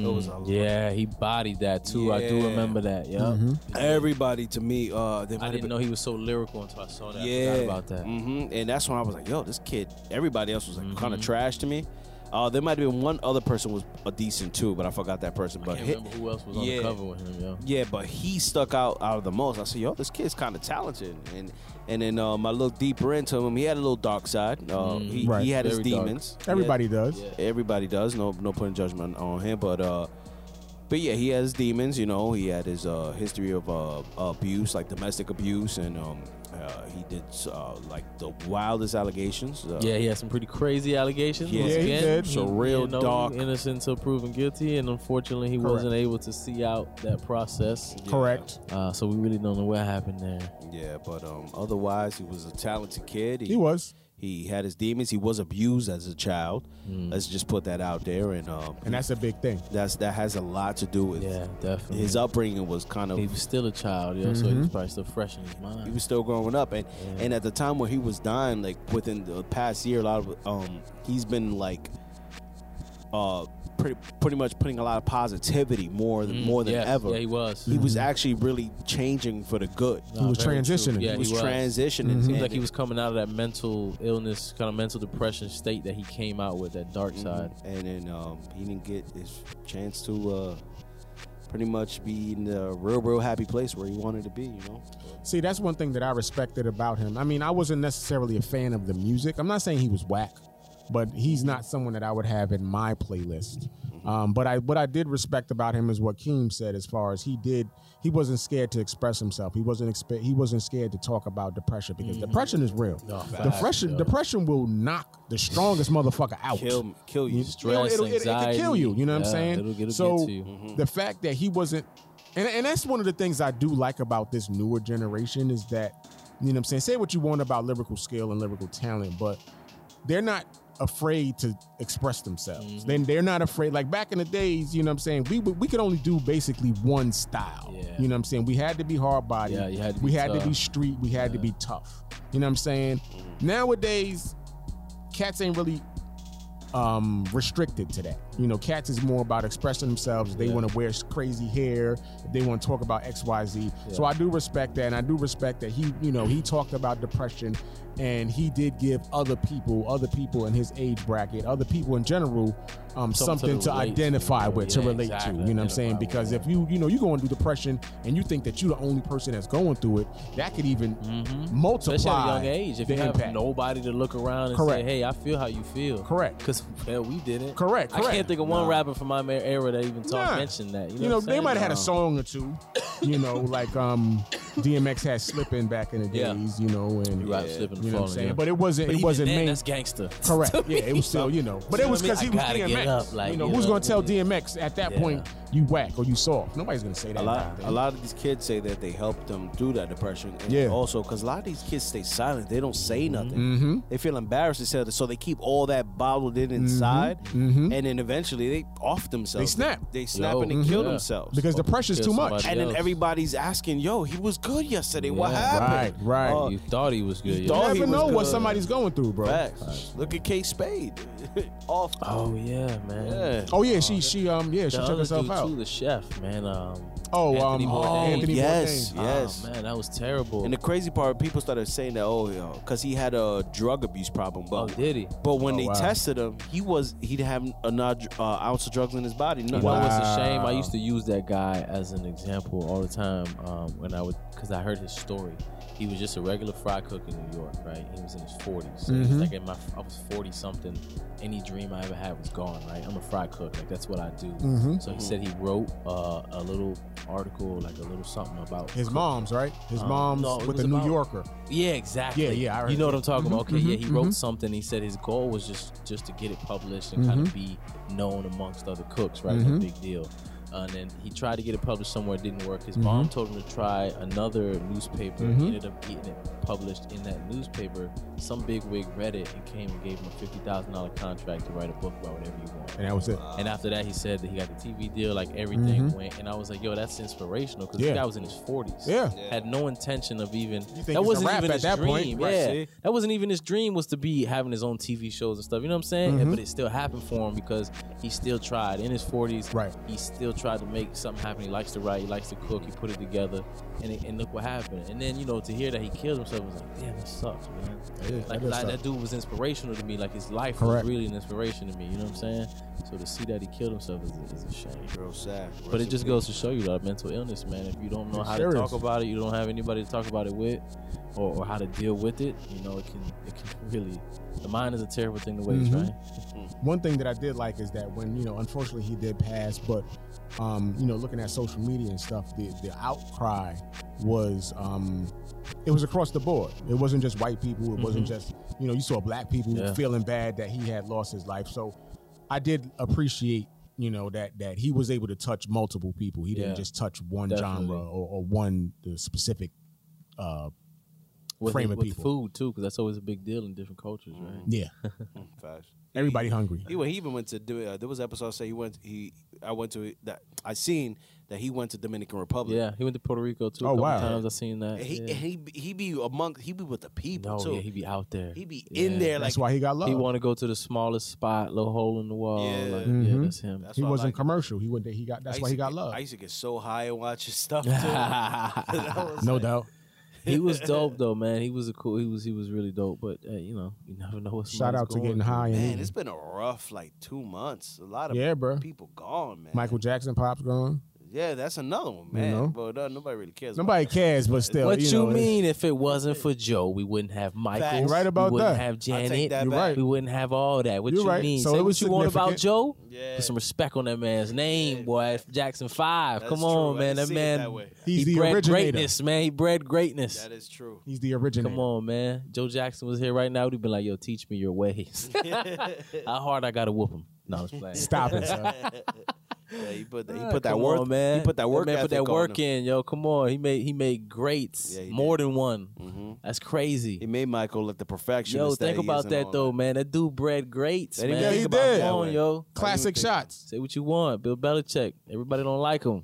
C: was a
E: Mm-hmm. Mm, Yeah, he bodied that too. I do
C: Yeah.
E: remember that. Yeah.
D: Mm-hmm.
C: everybody to me. Uh, they might
E: I
C: have
E: didn't
C: been-
E: know he was so lyrical until I saw that.
C: Yeah,
E: I forgot about that.
C: hmm And that's when I was like, "Yo, this kid." Everybody else was like
E: Mm-hmm.
C: kind of trash to me. Uh, there might have been one other person was a decent too, but I forgot that person. But
E: Can't
C: hi-
E: remember who else was on
C: yeah.
E: the cover with him, yo.
C: yeah, but he stuck out out of the most. I said, "Yo, this kid's kind of talented." And and then um, I looked deeper into him. He had a little dark side. Uh, he,
D: Right.
C: he had his
E: Mm-hmm. Very dark.
C: demons. He had-
D: Everybody does.
C: everybody does. No, no point in judgment on him, but uh, but yeah, he has demons. You know, he had his uh history of uh abuse, like domestic abuse, and um, uh, he did uh like the wildest allegations. Uh,
E: Yeah, he had some pretty crazy allegations.
C: Yeah,
E: once
C: he
E: again.
D: did.
E: He,
C: So real
E: you know,
C: dark.
E: Innocent until proven guilty, and unfortunately, he wasn't able to see out that process.
D: Correct.
E: Uh, so we really don't know what happened there.
C: yeah, but um, otherwise, he was a talented kid.
D: He was.
C: He had his demons. He was abused as a child.
E: Mm.
C: Let's just put that out there, and um,
D: And that's a big thing.
C: that's that has a lot to do with
E: Yeah, definitely.
C: his upbringing was kind of
E: he was still a child, yo, so he was probably still fresh in his mind.
C: he was still growing up and and at the time when he was dying like within the past year a lot of um he's been like uh pretty pretty much putting a lot of positivity more than more than
E: yeah,
C: ever
E: Mm, Yeah, he was.
C: He was actually really changing for the good
D: He was
E: very true.
D: transitioning.
E: Yeah,
C: he was
E: he was.
C: transitioning
E: Seems
C: and
E: like he was coming out of that mental illness, kind of mental depression state that he came out with, that dark
C: Mm-hmm.
E: side.
C: and then um he didn't get his chance to uh pretty much be in the real real happy place where he wanted to be you know
D: See, that's one thing that I respected about him. I mean, I wasn't necessarily a fan of the music. I'm not saying he was whack, but he's not someone that I would have in my playlist.
E: Mm-hmm.
D: Um, but I what I did respect about him is what Keem said as far as he did he wasn't scared to express himself. He wasn't expe- he wasn't scared to talk about depression because
E: Mm-hmm.
D: depression is real. depression depression will knock the strongest motherfucker out.
C: kill kill you
E: Stress,
D: it'll, it'll, it can kill
E: anxiety.
D: you. You know what I'm
E: Yeah,
D: saying?
E: it'll- it'll
D: so
E: get to you.
D: the fact that he wasn't, and, and that's one of the things I do like about this newer generation is that You know what I'm saying? Say what you want about lyrical skill and lyrical talent, but they're not afraid to express themselves.
E: Mm-hmm.
D: Then they're not afraid. Like back in the days, you know what I'm saying? We we could only do basically one style.
E: Yeah.
D: You know what I'm saying? We had to be hard body.
E: Yeah, you had to be
D: we had
E: tough. Mm-hmm.
D: to be street. We had to be tough. You know what I'm saying? Nowadays, cats ain't really um, restricted to that. You know, cats is more about expressing themselves. They want to wear crazy hair. They want to talk about X, Y, Z. So I do respect that, and I do respect that he, you know, he talked about depression, and he did give other people, other people in his age bracket, other people in general, um, something,
E: Something
D: to,
E: to relate to,
D: identify
E: yeah.
D: with, to
E: Yeah,
D: relate
E: exactly.
D: to. You know what I'm saying?
E: Identify
D: Because
E: with,
D: if you, you know, you going through depression, and you think that you're the only person that's going through it, that could even multiply
E: Mm-hmm. Especially at a young age, if
D: the
E: you have
D: impact.
E: nobody to look around and
D: Correct.
E: say, "Hey, I feel how you feel,"
D: Correct.
E: Because hell, we didn't.
D: Correct,
E: I
D: correct.
E: can't think of one rapper from my ma- era that even talk
D: Nah.
E: mentioned that. You know,
D: you know,
E: what I'm
D: they
E: saying?
D: might have had a
E: Nah.
D: song or two. You know, like um, DMX had slipping back in the
E: Yeah.
D: days. You know, and
E: Right,
D: yeah,
E: Slippin'
D: you know what I'm
E: Fallin',
D: saying.
E: yeah.
D: But it wasn't.
E: But
D: it
E: even
D: wasn't
E: then,
D: main.
E: that's gangster.
D: Correct.
E: To
D: Yeah,
E: me.
D: it was still, you know, but
E: You
D: it
E: know
D: was
E: what I
D: because
E: mean?
D: he was
E: I gotta get
D: DMX.
E: up, like,
D: you know,
E: you
D: who's
E: know.
D: gonna tell DMX at that
E: Yeah.
D: point you whack or you soft? Nobody's gonna say that. back
C: A lot,
D: then.
C: a lot of these kids say that they helped them through that depression. And
D: Yeah.
C: Also, because a lot of these kids stay silent. They don't say
E: Mm-hmm.
C: nothing. They feel embarrassed to say that, so they keep all that bottled in
D: Mm-hmm.
C: inside, and then eventually they off themselves.
D: snap.
C: They, snap
E: Yo,
C: and they kill
E: yeah.
C: themselves.
D: because the pressure's
E: Kill
D: too much.
E: somebody.
C: and then
E: Yes.
C: everybody's asking, "Yo, he was good yesterday. What
E: Yeah. Oh,
C: happened?"
D: Right, right.
C: Uh,
E: you thought he was good.
D: You
C: thought he
D: never
C: was
D: know what
C: good.
D: somebody's going through, bro.
C: facts. Look at K Spade. off.
E: Oh yeah, man.
C: Yeah.
D: Oh yeah, she she um yeah she
E: The
D: took
E: other
D: herself
E: dude too,
D: out.
E: the chef, man. Um,
D: Oh
E: Anthony
D: um
E: Bourdain.
D: Anthony
C: yes,
D: Bourdain.
C: yes.
E: oh, man, that was terrible.
C: And the crazy part, people started saying that, oh, because he had a drug abuse problem. But
E: oh, did he?
C: But when
D: Oh,
C: they
D: wow.
C: tested him, he was he'd have a nod, uh, ounce of drugs in his body. No,
E: You know what's a shame?
D: Wow.
E: I used to use that guy as an example all the time um, when I would, because I heard his story. He was just a regular fry cook in New York, right? He was in his 40s. So he was
D: Mm-hmm.
E: like in my, I was 40 something. Any dream I ever had was gone, right? I'm a fry cook. Like, that's what I do.
D: Mm-hmm.
E: So he said he wrote uh, a little article, like a little something about
D: His mom's right. His
E: Um,
D: mom's
E: no, it
D: with the
E: was
D: New
E: about-
D: Yorker.
E: Yeah, exactly.
D: Yeah, yeah, I heard
E: you know
D: that.
E: what I'm talking about. Okay,
D: Mhm,
E: yeah, he
D: mhm,
E: wrote something. He said his goal was just just to get it published and kind of be known amongst other cooks, right? No big deal. Uh, and then he tried to get it published somewhere, it didn't work. His mom told him to try another newspaper. He ended up getting it published in that newspaper. Some bigwig read it and came and gave him a fifty thousand dollar contract to write a book about whatever you want.
D: And that was it.
E: And after that, he said that he got the TV deal, like everything went. And I was like, yo, that's inspirational because
D: Mm-hmm. Yeah.
E: this guy was in his 40s.
D: Yeah.
E: Had no intention of even.
D: it's a
E: that wasn't
D: wrap
E: even
D: at
E: his
D: that
E: dream.
D: point, right,
E: yeah.
D: see?
E: That wasn't even his dream was to be having his own TV shows and stuff. You know what I'm saying?
D: Mm-hmm.
E: But it still happened for him because he still tried in his 40s.
D: Right.
E: He still tried to make something happen. He likes to write, he likes to cook, he put it together. And, it, and look what happened. And then, you know, to hear that he killed himself was like, damn, that sucks, man.
D: is-
E: like,
D: that is
E: like,
D: tough.
E: that dude was inspirational to me. Like his life
D: Correct.
E: was really an inspiration to me. You know what I'm saying? So to see that he killed himself is a, is a shame.
C: real sad.
E: But it just goes to show you that mental illness, man. If you don't know
D: It
E: how
D: sure
E: to talk
D: is.
E: about it, you don't have anybody to talk about it with, or, or how to deal with it. You know, it can it can really. The mind is a terrible thing to waste, right?
D: one thing that I did like is that when you know, unfortunately, he did pass, but um, you know, looking at social media and stuff, the the outcry was um, it was across the board. It wasn't just white people. It wasn't
C: Mm-hmm.
D: just you know, you saw black people
E: Yeah.
D: feeling bad that he had lost his life. So I did appreciate you know that that he was able to touch multiple people. He
E: Yeah.
D: didn't just touch one
E: Definitely.
D: genre or, or one the specific.
E: With,
D: Frame of
E: with
D: people. Mm-hmm.
E: food too, because that's always a big deal in different cultures, right?
D: Yeah,
C: Facts.
D: everybody hungry.
C: He, went- he even went to do- uh, there was an episode say he went he I went to that I seen that he went to Dominican Republic.
E: Yeah, he went to Puerto Rico too.
D: Oh,
E: a couple
D: wow.
E: Times I seen that.
C: And he
E: yeah.
C: he he be among he be with the people
E: no,
C: too.
E: yeah, he be out there.
C: He be
E: Yeah.
C: in there like
D: That's why he got love.
E: He want to go to the smallest spot, little hole in the wall.
C: Yeah.
E: like, yeah
D: Mhm.
E: that's him.
C: That's
D: he
C: why I
D: wasn't
C: like it.
D: commercial. He went. He got.
C: I
D: That's
C: used
D: why he
C: to
D: got
C: get-
D: love.
C: I used to get so high and watch his stuff too.
D: No doubt.
E: he was dope though, man. He was a cool. He was he was really dope. But uh, you know, you never know what.
D: Shout
E: somebody's
D: out to
E: going
D: getting
E: through.
D: high. and
C: Man,
D: eating.
C: it's been a rough like two months. A lot of
D: Yeah, bruh.
C: people gone, man.
D: Michael Jackson pops gone.
C: Yeah, that's another one, man.
D: know?
C: But uh, nobody really cares. about
D: Nobody cares, but still.
E: What you,
D: know, it's-
E: mean? If it wasn't for Joe, we wouldn't have Michael.
C: You're
D: right about
E: we wouldn't
D: that.
E: Have Janet.
C: take that You're back. right.
E: We wouldn't have all that. What
D: You're
E: you
D: right.
E: mean?
D: So
E: Say
D: it
E: what
D: was
E: you want about
D: significant.
E: Joe?
C: Yeah.
E: Put some respect on that man's name, boy. Jackson Five.
C: That's
E: Come
C: true.
E: on,
C: I
E: man.
C: didn't
E: That
C: see it
E: man.
C: that way.
D: He's
E: he
D: the
E: bred
D: originator.
E: greatness, man. He bred greatness.
C: That is true.
D: He's the originator.
E: Come on, man. Joe Jackson was here right now. We'd been like, yo, teach me your ways. How hard I gotta whoop him. No, I was playing.
D: Stop it, sir.
I: Yeah, he put that. He
E: Ah,
I: put that
E: come
I: work.
E: on, man.
I: He put that work.
E: man put that
I: ethic on
E: work
I: him.
E: in, yo. Come on, he made he made greats,
I: Yeah, he
E: more than one.
I: Mhm.
E: That's crazy.
I: He made Michael look the perfectionist.
E: Yo,
I: that
E: think
I: he is
E: about
I: and
E: that
I: all
E: though, man. That dude bred greats,
I: They
E: man.
I: didn't
D: Yeah,
E: Think
D: he
E: about-
D: did.
E: Come on, yo.
D: Classic shots.
E: Say what you want, Bill Belichick. Everybody don't like him.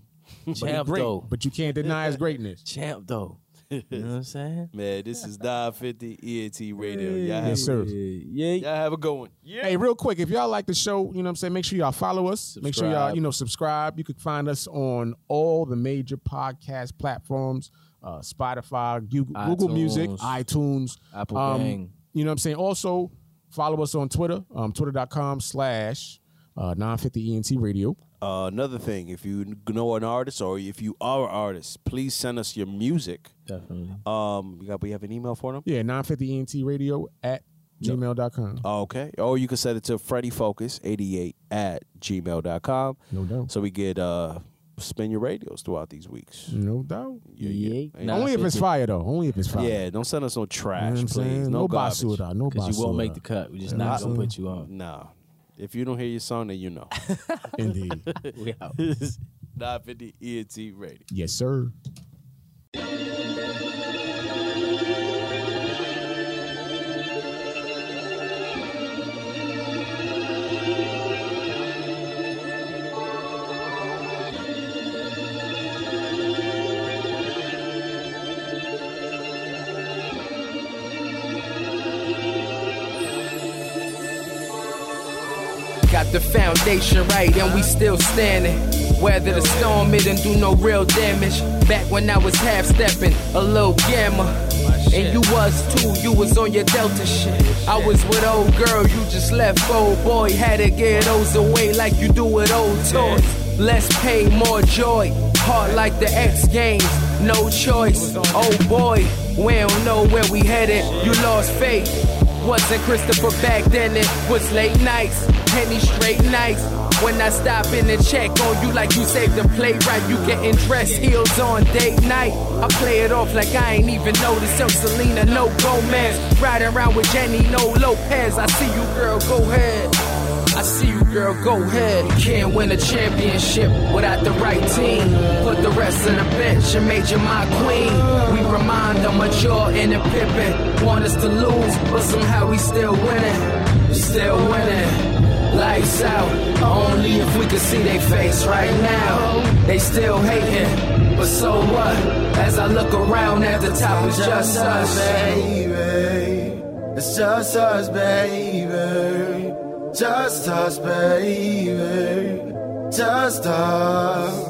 E: Champ
D: Great,
E: though,
D: but you can't deny his greatness.
E: champ though. You know what I'm saying?
I: Man, this is 950 EAT Radio. Y'all have,
D: Yes, sir.
E: Yeah, yeah.
I: y'all have a good one.
D: Hey, real quick, if y'all like the show, you know what I'm saying, make sure y'all follow us. Make sure y'all,
E: Subscribe.
D: you know, subscribe. You can find us on all the major podcast platforms, uh, Spotify, Google, Google
E: iTunes.
D: Music, iTunes. um,
E: Apple Gang.
D: You know what I'm saying? Also, follow us on Twitter, um, twitter.com slash uh, 950ENT radio.
I: Uh, another thing, if you know an artist or if you are an artist, please send us your music.
E: Definitely.
I: Um, we got we have an email for them.
D: Yeah, 950ENT radio at gmail.com.
E: Uh,
I: Okay. Or you can send it to freddyfocus88 at gmail.com.
D: No doubt.
I: So we get uh spin your radios throughout these weeks.
D: No doubt.
I: Yeah, yeah.
E: Nah,
D: Only if it's
E: fifty.
D: fire, though. Only if it's fire.
I: Yeah, don't send us no
D: You know
I: trash,
D: what I'm
I: please.
D: saying?
I: No,
D: No
I: garbage.
D: basura, no basura.
E: Because you won't make the cut. We're just not gonna put you on.
I: Nah. If you don't hear your song, then you know.
D: Indeed.
E: We out.
I: 950 ENT E Radio.
D: yes, sir.
H: Got the foundation right and we still standing. Weather the storm, it didn't do no real damage. Back when I was half stepping, a little gamma. And you was too, you was on your Delta shit. I was with old girl, you just left old boy. Had to get those away like you do with old toys. Less pain, more joy. Hard like the X Games, no choice. Oh boy, we don't know where we headed. You lost faith. Wasn't Christopher back then, it was late nights, penny straight nights. When I stop in and check on you like you saved the playwright, you getting dressed, heels on date night. I play it off like I ain't even noticed. I'm Selena, no Gomez. Riding around with Jenny, no Lopez. I see you, girl, go ahead. I see you, girl, go ahead. Can't win a championship without the right team. Put the rest on the bench and made you my queen. We remind them of Jordan and Pippen. Want us to lose, but somehow we still winning. Still winning. Lights out. Only if we could see their face right now. They still hating, but so what? As I look around at the top, it's just us.
M: baby. It's just us, baby. Just us, baby. Just us.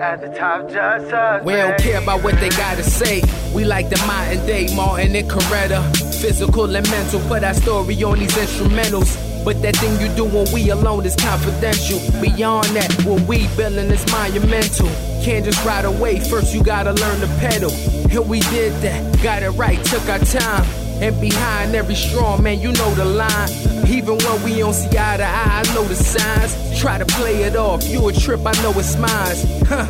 H: At the top, just us. We don't care about what they gotta say. We like the modern day Martin and Coretta. Physical and mental, put our story on these instrumentals. But that thing you do when we alone is confidential. Beyond that, what we building is monumental. Can't just ride away, first you gotta learn to pedal. And we did that, got it right, took our time. And behind every strong man, you know the line. Even when we don't see eye to eye, I know the signs. Try to play it off, you a trip, I know it's mine. Huh.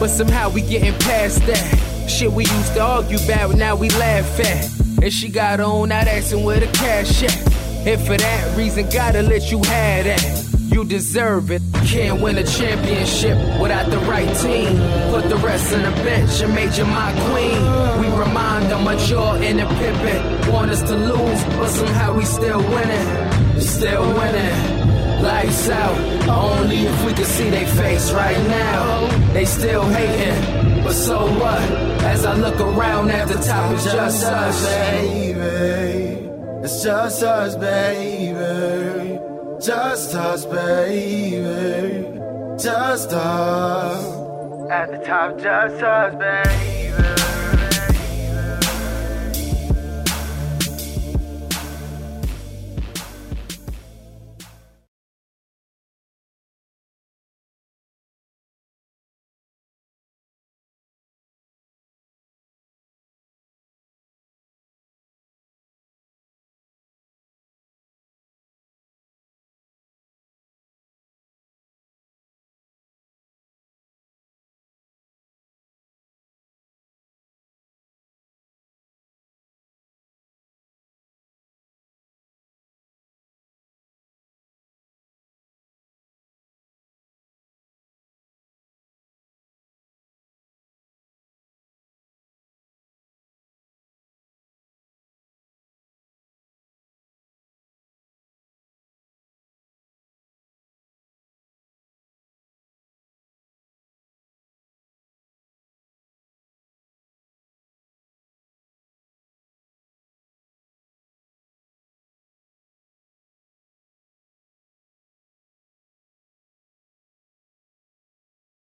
H: But somehow we getting past that. Shit we used to argue about, now we laugh at. And she got on, not asking where the cash at. And for that reason, gotta let you have that. You deserve it. Can't win a championship without the right team. Put the rest on the bench and made you my queen. We remind them of Jordan and Pippen. Want us to lose, but somehow we still winning. Still winning. Lights out. Only if we could see their face right now. They still hating, but so what? As I look around at the top, it's just us.
M: baby. It's just us, baby. Just us, baby. Just us.
H: At the top, just us, baby.